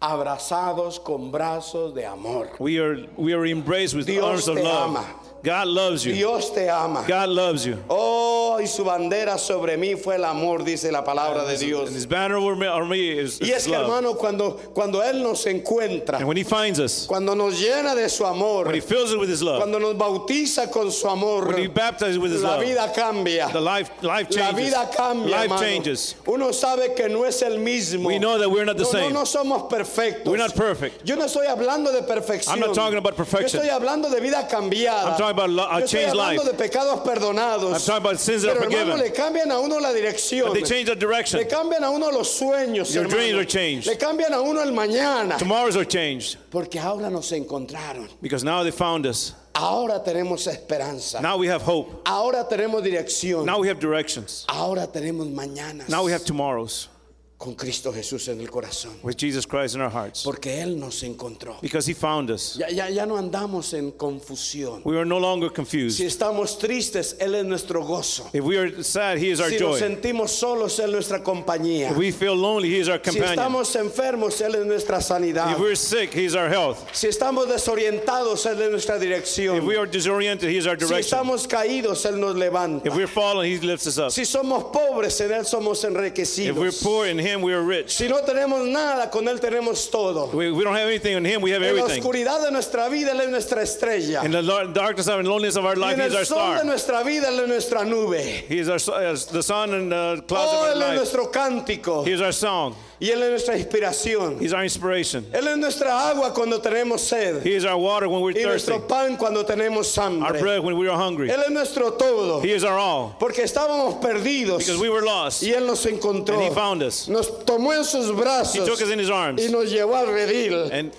[SPEAKER 2] abrazados con brazos de amor.
[SPEAKER 3] We are we are embraced with the
[SPEAKER 2] Dios
[SPEAKER 3] arms of
[SPEAKER 2] te
[SPEAKER 3] love.
[SPEAKER 2] ama.
[SPEAKER 3] God loves you.
[SPEAKER 2] Dios te ama.
[SPEAKER 3] God loves you.
[SPEAKER 2] Oh, y su bandera sobre mí fue el amor, dice la palabra de Dios.
[SPEAKER 3] And his banner over me, over me is,
[SPEAKER 2] Y
[SPEAKER 3] is
[SPEAKER 2] es que,
[SPEAKER 3] love.
[SPEAKER 2] hermano, cuando, cuando Él nos encuentra,
[SPEAKER 3] And when he finds us,
[SPEAKER 2] cuando nos llena de su amor,
[SPEAKER 3] when he fills us with his love,
[SPEAKER 2] cuando nos bautiza con su amor,
[SPEAKER 3] when he baptizes with his
[SPEAKER 2] la
[SPEAKER 3] love,
[SPEAKER 2] vida cambia.
[SPEAKER 3] the life life
[SPEAKER 2] La
[SPEAKER 3] changes.
[SPEAKER 2] vida cambia,
[SPEAKER 3] life
[SPEAKER 2] hermano.
[SPEAKER 3] changes.
[SPEAKER 2] Uno sabe que no es el mismo.
[SPEAKER 3] We know that we're not the
[SPEAKER 2] No, no,
[SPEAKER 3] same.
[SPEAKER 2] no somos perfectos.
[SPEAKER 3] We're not perfect.
[SPEAKER 2] Yo no estoy hablando de perfección.
[SPEAKER 3] I'm not talking about perfection.
[SPEAKER 2] Yo estoy hablando de vida cambiada.
[SPEAKER 3] I'm talking about lo- a
[SPEAKER 2] Yo estoy
[SPEAKER 3] changed
[SPEAKER 2] hablando
[SPEAKER 3] life.
[SPEAKER 2] de pecados perdonados.
[SPEAKER 3] I'm talking about sins that
[SPEAKER 2] Pero
[SPEAKER 3] are
[SPEAKER 2] hermano, le
[SPEAKER 3] forgiven.
[SPEAKER 2] cambian a uno la dirección.
[SPEAKER 3] But they change the
[SPEAKER 2] Le
[SPEAKER 3] direction.
[SPEAKER 2] cambian a uno los sueños.
[SPEAKER 3] Your
[SPEAKER 2] hermano.
[SPEAKER 3] dreams are changed.
[SPEAKER 2] Le cambian a uno el mañana.
[SPEAKER 3] Tomorrows are changed
[SPEAKER 2] Porque ahora nos encontraron.
[SPEAKER 3] because now they found us.
[SPEAKER 2] Ahora tenemos esperanza.
[SPEAKER 3] Now we have hope.
[SPEAKER 2] Ahora tenemos dirección.
[SPEAKER 3] Now we have directions.
[SPEAKER 2] Ahora tenemos mañanas.
[SPEAKER 3] Now we have tomorrows
[SPEAKER 2] con Cristo Jesús en el corazón.
[SPEAKER 3] with Jesus Christ in our hearts
[SPEAKER 2] Porque Él nos encontró.
[SPEAKER 3] because he found us.
[SPEAKER 2] Ya, ya, ya no andamos en confusión.
[SPEAKER 3] We are no longer
[SPEAKER 2] Si
[SPEAKER 3] confused.
[SPEAKER 2] estamos tristes, Él es nuestro gozo.
[SPEAKER 3] If we are sad, he is our
[SPEAKER 2] Si nos
[SPEAKER 3] joy.
[SPEAKER 2] sentimos solos, Él es nuestra compañía.
[SPEAKER 3] If we feel lonely, he is our
[SPEAKER 2] Si
[SPEAKER 3] companion.
[SPEAKER 2] estamos enfermos, Él es nuestra sanidad.
[SPEAKER 3] If we're sick, he is our health.
[SPEAKER 2] Si estamos desorientados, Él es nuestra
[SPEAKER 3] If
[SPEAKER 2] dirección.
[SPEAKER 3] we are disoriented, he is our
[SPEAKER 2] Si
[SPEAKER 3] direction.
[SPEAKER 2] estamos caídos, Él nos
[SPEAKER 3] If
[SPEAKER 2] levanta.
[SPEAKER 3] we're fallen, he lifts us up.
[SPEAKER 2] Si somos pobres, en Él somos
[SPEAKER 3] If we're
[SPEAKER 2] enriquecidos.
[SPEAKER 3] poor in him, we are rich.
[SPEAKER 2] Si no tenemos nada, con Él tenemos todo.
[SPEAKER 3] We, we don't have anything in him, we have
[SPEAKER 2] En la
[SPEAKER 3] everything.
[SPEAKER 2] oscuridad de nuestra vida, Él es nuestra estrella.
[SPEAKER 3] In the lar- darkness and loneliness of our
[SPEAKER 2] Y
[SPEAKER 3] life,
[SPEAKER 2] en
[SPEAKER 3] he is our
[SPEAKER 2] el sol de
[SPEAKER 3] star.
[SPEAKER 2] nuestra vida, Él es nuestra nube.
[SPEAKER 3] He is our, su- uh, the sun and uh, clouds
[SPEAKER 2] Oh,
[SPEAKER 3] of
[SPEAKER 2] Él es
[SPEAKER 3] our life.
[SPEAKER 2] nuestro cántico.
[SPEAKER 3] He is our song.
[SPEAKER 2] Y Él es nuestra inspiración.
[SPEAKER 3] He's our inspiration.
[SPEAKER 2] Él es nuestra agua cuando tenemos sed.
[SPEAKER 3] He is our water when we're
[SPEAKER 2] Y
[SPEAKER 3] thirsty.
[SPEAKER 2] nuestro pan cuando tenemos
[SPEAKER 3] Our
[SPEAKER 2] hambre.
[SPEAKER 3] bread when we are hungry.
[SPEAKER 2] Él es nuestro todo.
[SPEAKER 3] He is our all.
[SPEAKER 2] Porque estábamos perdidos.
[SPEAKER 3] Because we were lost.
[SPEAKER 2] Y Él nos encontró.
[SPEAKER 3] And he found us.
[SPEAKER 2] Nos tomó en sus brazos.
[SPEAKER 3] He took us in his arms.
[SPEAKER 2] Y nos llevó al redil.
[SPEAKER 3] And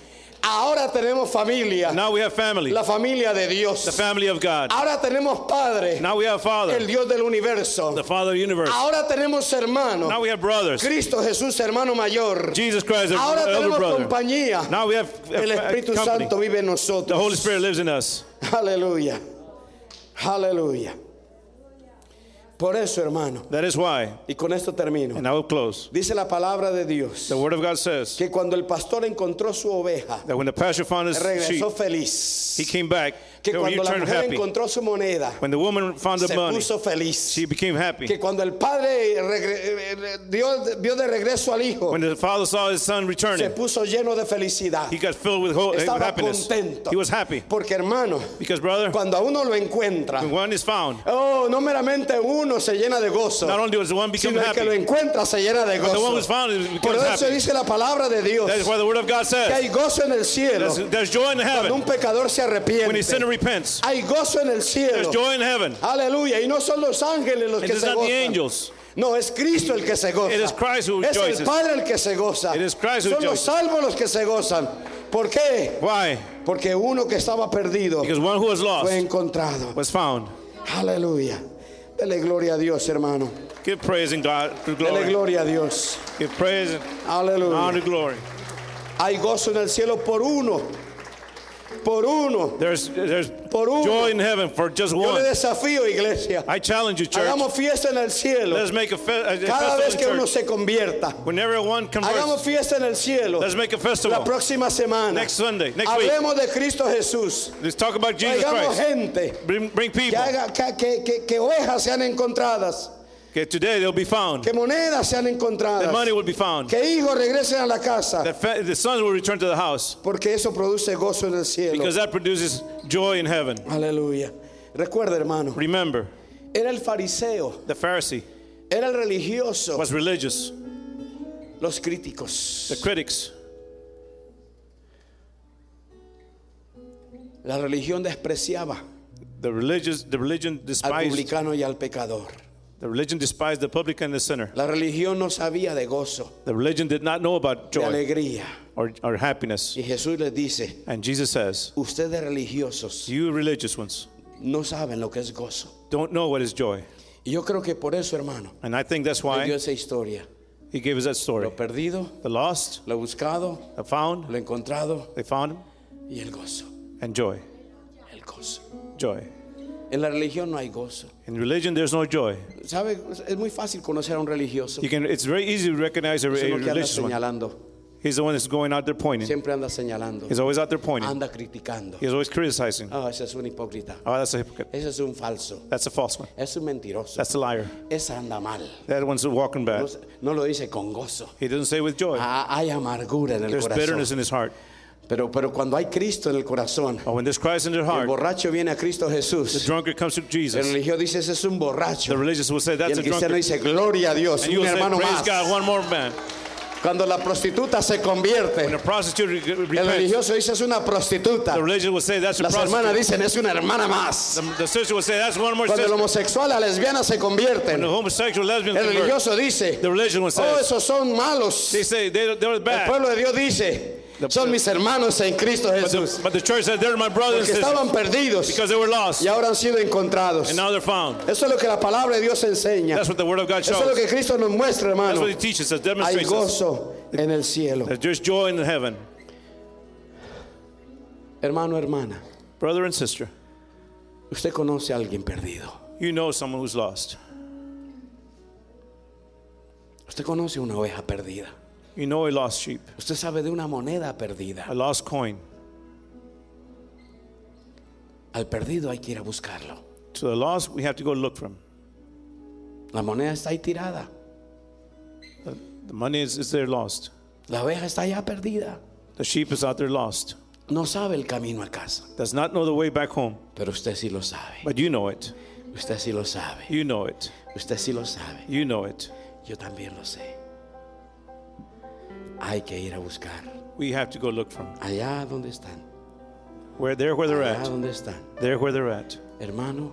[SPEAKER 2] Ahora tenemos familia.
[SPEAKER 3] now we have family.
[SPEAKER 2] La familia de
[SPEAKER 3] The
[SPEAKER 2] Dios.
[SPEAKER 3] family of God.
[SPEAKER 2] Ahora tenemos Padre.
[SPEAKER 3] Now we have
[SPEAKER 2] El
[SPEAKER 3] Father.
[SPEAKER 2] Dios del universo.
[SPEAKER 3] The Father of the universe.
[SPEAKER 2] Ahora tenemos hermanos.
[SPEAKER 3] Now we have brothers.
[SPEAKER 2] Cristo Jesús, hermano mayor.
[SPEAKER 3] Jesus Christ, the
[SPEAKER 2] Ahora
[SPEAKER 3] elder
[SPEAKER 2] tenemos
[SPEAKER 3] brother.
[SPEAKER 2] compañía.
[SPEAKER 3] Now we have uh,
[SPEAKER 2] El Espíritu
[SPEAKER 3] company.
[SPEAKER 2] Santo vive en
[SPEAKER 3] The Holy
[SPEAKER 2] nosotros.
[SPEAKER 3] Spirit lives in us.
[SPEAKER 2] Aleluya. Aleluya. Por eso, hermano,
[SPEAKER 3] That is why.
[SPEAKER 2] y con esto termino.
[SPEAKER 3] And I will close.
[SPEAKER 2] Dice la palabra de Dios
[SPEAKER 3] The Word of God says
[SPEAKER 2] que cuando el pastor encontró su oveja,
[SPEAKER 3] that when the pastor found his sheep,
[SPEAKER 2] regresó feliz.
[SPEAKER 3] he came back.
[SPEAKER 2] Que
[SPEAKER 3] He
[SPEAKER 2] cuando la
[SPEAKER 3] returned
[SPEAKER 2] mujer
[SPEAKER 3] happy.
[SPEAKER 2] encontró su moneda,
[SPEAKER 3] When the woman found the
[SPEAKER 2] se
[SPEAKER 3] money,
[SPEAKER 2] puso feliz.
[SPEAKER 3] she became happy.
[SPEAKER 2] Que cuando el padre regre- eh, eh, dio, vio de regreso al hijo,
[SPEAKER 3] When the father saw his son
[SPEAKER 2] se
[SPEAKER 3] returning,
[SPEAKER 2] puso lleno de felicidad.
[SPEAKER 3] he got filled with ho-
[SPEAKER 2] Estaba
[SPEAKER 3] happiness.
[SPEAKER 2] contento.
[SPEAKER 3] He was happy.
[SPEAKER 2] Porque hermano,
[SPEAKER 3] Because, brother,
[SPEAKER 2] cuando a uno lo encuentra,
[SPEAKER 3] when one is found,
[SPEAKER 2] oh, no meramente uno se llena de gozo,
[SPEAKER 3] not only does one become
[SPEAKER 2] sino el que lo
[SPEAKER 3] happy,
[SPEAKER 2] encuentra se llena de
[SPEAKER 3] but the one who's
[SPEAKER 2] gozo.
[SPEAKER 3] found is-
[SPEAKER 2] Por
[SPEAKER 3] becomes
[SPEAKER 2] eso
[SPEAKER 3] happy.
[SPEAKER 2] dice la palabra de Dios
[SPEAKER 3] That is why the Word of God
[SPEAKER 2] que
[SPEAKER 3] says
[SPEAKER 2] hay gozo en el cielo
[SPEAKER 3] there's, there's joy in
[SPEAKER 2] cuando un
[SPEAKER 3] heaven
[SPEAKER 2] pecador se
[SPEAKER 3] when his sinner
[SPEAKER 2] arrepiente.
[SPEAKER 3] repents.
[SPEAKER 2] Hay gozo en el
[SPEAKER 3] There's
[SPEAKER 2] cielo.
[SPEAKER 3] joy in heaven.
[SPEAKER 2] Aleluya. Y no son los ángeles los
[SPEAKER 3] It
[SPEAKER 2] que
[SPEAKER 3] is
[SPEAKER 2] se
[SPEAKER 3] not the
[SPEAKER 2] gozan.
[SPEAKER 3] angels.
[SPEAKER 2] No, es Cristo el que se goza.
[SPEAKER 3] It is Christ who
[SPEAKER 2] es el
[SPEAKER 3] rejoices.
[SPEAKER 2] Padre el que se goza.
[SPEAKER 3] It is Christ who
[SPEAKER 2] Son los
[SPEAKER 3] rejoices.
[SPEAKER 2] salvos los que se gozan. ¿Por qué?
[SPEAKER 3] Why?
[SPEAKER 2] Porque uno que estaba perdido
[SPEAKER 3] Because one who was
[SPEAKER 2] fue
[SPEAKER 3] lost
[SPEAKER 2] encontrado.
[SPEAKER 3] was found.
[SPEAKER 2] Aleluya. Dele gloria a Dios, hermano.
[SPEAKER 3] Give praise and God to
[SPEAKER 2] Dele
[SPEAKER 3] glory.
[SPEAKER 2] gloria a Dios.
[SPEAKER 3] Give praise and honor
[SPEAKER 2] Aleluya.
[SPEAKER 3] to glory.
[SPEAKER 2] Hay gozo en el cielo por uno por uno.
[SPEAKER 3] There's, there's
[SPEAKER 2] Por uno.
[SPEAKER 3] joy in heaven for just
[SPEAKER 2] Yo le
[SPEAKER 3] one.
[SPEAKER 2] desafío, iglesia.
[SPEAKER 3] I challenge you, church.
[SPEAKER 2] Hagamos fiesta en el cielo.
[SPEAKER 3] Let's make a, fe- a a
[SPEAKER 2] Cada vez
[SPEAKER 3] festival
[SPEAKER 2] que
[SPEAKER 3] in
[SPEAKER 2] uno
[SPEAKER 3] church.
[SPEAKER 2] se convierta.
[SPEAKER 3] Whenever one
[SPEAKER 2] Hagamos
[SPEAKER 3] converts,
[SPEAKER 2] fiesta en el cielo.
[SPEAKER 3] let's make a
[SPEAKER 2] La
[SPEAKER 3] festival.
[SPEAKER 2] próxima semana.
[SPEAKER 3] Next Sunday, next week,
[SPEAKER 2] Hablemos de Cristo Jesús.
[SPEAKER 3] let's talk about Jesus
[SPEAKER 2] Traigamos
[SPEAKER 3] Christ.
[SPEAKER 2] gente.
[SPEAKER 3] Bring, bring
[SPEAKER 2] Que,
[SPEAKER 3] people.
[SPEAKER 2] haga, que, que- que- que ovejas sean encontradas.
[SPEAKER 3] Okay, today they'll be found.
[SPEAKER 2] Que monedas sean
[SPEAKER 3] The money
[SPEAKER 2] encontradas.
[SPEAKER 3] will be found.
[SPEAKER 2] Que hijos regresen a la casa.
[SPEAKER 3] The, fa- the sons will return to the house
[SPEAKER 2] Porque eso produce gozo en el cielo.
[SPEAKER 3] because that produces joy in heaven.
[SPEAKER 2] Aleluya. Recuerda, hermano.
[SPEAKER 3] Remember,
[SPEAKER 2] Era el fariseo.
[SPEAKER 3] the Pharisee
[SPEAKER 2] Era el religioso.
[SPEAKER 3] was religious.
[SPEAKER 2] Los críticos.
[SPEAKER 3] The critics,
[SPEAKER 2] La religión despreciaba
[SPEAKER 3] the religious, the religion
[SPEAKER 2] al
[SPEAKER 3] despised,
[SPEAKER 2] publicano y al pecador.
[SPEAKER 3] the religion despised the publican and the sinner.
[SPEAKER 2] La religión no sabía de gozo,
[SPEAKER 3] The religion did not know about
[SPEAKER 2] de
[SPEAKER 3] joy
[SPEAKER 2] alegría.
[SPEAKER 3] or, or happiness.
[SPEAKER 2] Y Jesús les dice,
[SPEAKER 3] And Jesus says,
[SPEAKER 2] ustedes religiosos
[SPEAKER 3] "You religious ones
[SPEAKER 2] no saben lo que es gozo.
[SPEAKER 3] don't know what is joy."
[SPEAKER 2] Y yo creo que por eso, hermano,
[SPEAKER 3] And I think that's
[SPEAKER 2] me dio
[SPEAKER 3] why
[SPEAKER 2] esa historia.
[SPEAKER 3] he gave us that story.
[SPEAKER 2] Lo perdido,
[SPEAKER 3] The lost,
[SPEAKER 2] lo buscado,
[SPEAKER 3] the found,
[SPEAKER 2] lo encontrado
[SPEAKER 3] they found him,
[SPEAKER 2] y el gozo.
[SPEAKER 3] and joy,
[SPEAKER 2] El gozo.
[SPEAKER 3] joy.
[SPEAKER 2] En la religión no hay gozo.
[SPEAKER 3] In religion, there's no joy.
[SPEAKER 2] ¿Sabe? Es muy fácil conocer a un religioso.
[SPEAKER 3] You can. It's very easy to recognize a,
[SPEAKER 2] Es
[SPEAKER 3] a
[SPEAKER 2] uno que anda
[SPEAKER 3] religious one.
[SPEAKER 2] señalando.
[SPEAKER 3] He's the one that's going out there pointing.
[SPEAKER 2] Siempre anda señalando.
[SPEAKER 3] He's always out there pointing.
[SPEAKER 2] Anda criticando.
[SPEAKER 3] He's always criticizing.
[SPEAKER 2] Ah, ese es un hipócrita.
[SPEAKER 3] Oh, that's a hypocrite.
[SPEAKER 2] Ese es un falso.
[SPEAKER 3] That's a false one.
[SPEAKER 2] Es un mentiroso.
[SPEAKER 3] That's a liar.
[SPEAKER 2] Esa anda mal.
[SPEAKER 3] That one's walking back.
[SPEAKER 2] No, se- no lo dice con gozo.
[SPEAKER 3] He doesn't say with joy.
[SPEAKER 2] Ah, hay amargura en el
[SPEAKER 3] There's bitterness
[SPEAKER 2] corazón.
[SPEAKER 3] in his heart.
[SPEAKER 2] Pero, pero cuando hay Cristo en el corazón,
[SPEAKER 3] But when there's Christ in their
[SPEAKER 2] el
[SPEAKER 3] heart,
[SPEAKER 2] borracho viene a Cristo
[SPEAKER 3] the
[SPEAKER 2] Jesús.
[SPEAKER 3] drunkard comes to
[SPEAKER 2] El
[SPEAKER 3] Jesus.
[SPEAKER 2] religioso dice, ese es un
[SPEAKER 3] The
[SPEAKER 2] borracho.
[SPEAKER 3] religious will say,
[SPEAKER 2] Y
[SPEAKER 3] that's
[SPEAKER 2] el
[SPEAKER 3] a
[SPEAKER 2] cristiano
[SPEAKER 3] drunkard.
[SPEAKER 2] dice, gloria a Dios,
[SPEAKER 3] And you
[SPEAKER 2] un
[SPEAKER 3] will say,
[SPEAKER 2] hermano
[SPEAKER 3] praise
[SPEAKER 2] más.
[SPEAKER 3] God, one more man.
[SPEAKER 2] Cuando la prostituta se convierte,
[SPEAKER 3] When a prostitute re-
[SPEAKER 2] el
[SPEAKER 3] repents,
[SPEAKER 2] religioso dice, es una prostituta.
[SPEAKER 3] the religious will say, that's a
[SPEAKER 2] Las hermanas
[SPEAKER 3] prostitute.
[SPEAKER 2] dicen, es una hermana más.
[SPEAKER 3] The, the sister will say, that's one more
[SPEAKER 2] Cuando el
[SPEAKER 3] sister.
[SPEAKER 2] homosexual, la lesbiana se convierten,
[SPEAKER 3] The
[SPEAKER 2] el
[SPEAKER 3] homosexual lesbian convert.
[SPEAKER 2] religioso dice,
[SPEAKER 3] The religious one
[SPEAKER 2] oh,
[SPEAKER 3] says,
[SPEAKER 2] esos son malos.
[SPEAKER 3] they say, they, they're
[SPEAKER 2] El
[SPEAKER 3] bad.
[SPEAKER 2] pueblo de Dios dice,
[SPEAKER 3] The-
[SPEAKER 2] son mis hermanos en Cristo
[SPEAKER 3] But
[SPEAKER 2] Jesús,
[SPEAKER 3] the, but the church said, they're my brothers
[SPEAKER 2] que
[SPEAKER 3] and sisters
[SPEAKER 2] estaban perdidos
[SPEAKER 3] because they were lost
[SPEAKER 2] y ahora han sido encontrados.
[SPEAKER 3] and now they're found.
[SPEAKER 2] Eso es lo que la palabra de Dios enseña.
[SPEAKER 3] That's what the word of God
[SPEAKER 2] Eso es lo
[SPEAKER 3] shows.
[SPEAKER 2] que Cristo nos muestra,
[SPEAKER 3] That's
[SPEAKER 2] hermano.
[SPEAKER 3] what he teaches us,
[SPEAKER 2] Hay
[SPEAKER 3] demonstrates us.
[SPEAKER 2] gozo en el cielo.
[SPEAKER 3] That There's joy in heaven.
[SPEAKER 2] Hermano, hermana,
[SPEAKER 3] Brother and sister,
[SPEAKER 2] usted conoce a alguien perdido.
[SPEAKER 3] you know someone who's lost.
[SPEAKER 2] Usted conoce una oveja perdida.
[SPEAKER 3] You know a lost sheep,
[SPEAKER 2] Usted sabe de una moneda perdida.
[SPEAKER 3] a lost coin.
[SPEAKER 2] Al perdido hay que ir a buscarlo.
[SPEAKER 3] To the lost, we have to go look for him.
[SPEAKER 2] La moneda está ahí tirada.
[SPEAKER 3] The money is, is there lost.
[SPEAKER 2] La oveja está allá perdida.
[SPEAKER 3] The sheep is out there lost.
[SPEAKER 2] No sabe el camino a casa.
[SPEAKER 3] Does not know the way back home.
[SPEAKER 2] Pero usted sí lo sabe.
[SPEAKER 3] But you know it.
[SPEAKER 2] Usted sí lo sabe.
[SPEAKER 3] You know it.
[SPEAKER 2] Usted sí lo sabe.
[SPEAKER 3] You know it.
[SPEAKER 2] Yo también lo sé. Hay que ir a buscar.
[SPEAKER 3] We have to go look for him.
[SPEAKER 2] Allá donde están.
[SPEAKER 3] Where they're where they're
[SPEAKER 2] Allá
[SPEAKER 3] at.
[SPEAKER 2] donde están.
[SPEAKER 3] They're where they're at.
[SPEAKER 2] Hermano,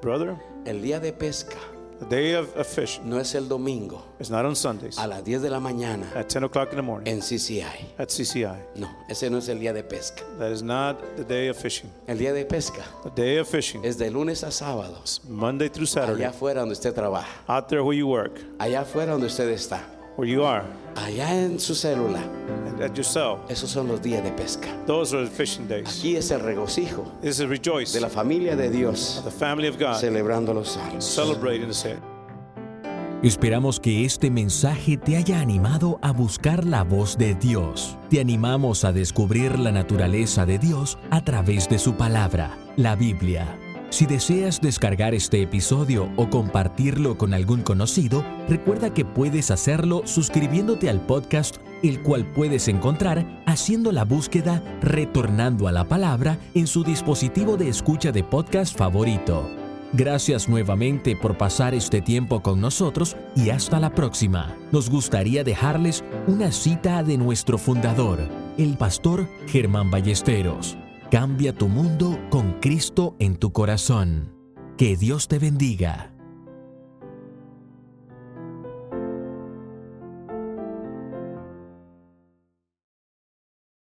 [SPEAKER 3] Brother,
[SPEAKER 2] el día de pesca
[SPEAKER 3] the day of, of fishing
[SPEAKER 2] no es el domingo
[SPEAKER 3] is not on Sundays
[SPEAKER 2] a las 10 de la mañana
[SPEAKER 3] at 10 o'clock in the morning
[SPEAKER 2] en CCI.
[SPEAKER 3] at CCI.
[SPEAKER 2] No, ese no es el día de pesca.
[SPEAKER 3] That is not the day of fishing.
[SPEAKER 2] El día de pesca
[SPEAKER 3] The day of fishing
[SPEAKER 2] es de lunes a sábado.
[SPEAKER 3] is Monday through
[SPEAKER 2] Allá
[SPEAKER 3] Saturday.
[SPEAKER 2] afuera donde usted trabaja.
[SPEAKER 3] Out there where you work,
[SPEAKER 2] Allá afuera donde usted está.
[SPEAKER 3] where you are,
[SPEAKER 2] Allá en su célula.
[SPEAKER 3] and at your cell.
[SPEAKER 2] Esos son los días de pesca.
[SPEAKER 3] Those are the fishing days.
[SPEAKER 2] Aquí es el regocijo
[SPEAKER 3] This is rejoice.
[SPEAKER 2] de la familia de Dios
[SPEAKER 3] The family of God
[SPEAKER 2] celebrando los salmos.
[SPEAKER 3] celebrating the Savior.
[SPEAKER 1] Esperamos que este mensaje te haya animado a buscar la voz de Dios. Te animamos a descubrir la naturaleza de Dios a través de su palabra, la Biblia. Si deseas descargar este episodio o compartirlo con algún conocido, recuerda que puedes hacerlo suscribiéndote al podcast, el cual puedes encontrar haciendo la búsqueda Retornando a la Palabra en su dispositivo de escucha de podcast favorito. Gracias nuevamente por pasar este tiempo con nosotros y hasta la próxima. Nos gustaría dejarles una cita de nuestro fundador, el pastor Germán Ballesteros. Cambia tu mundo con Cristo en tu corazón. Que Dios te bendiga.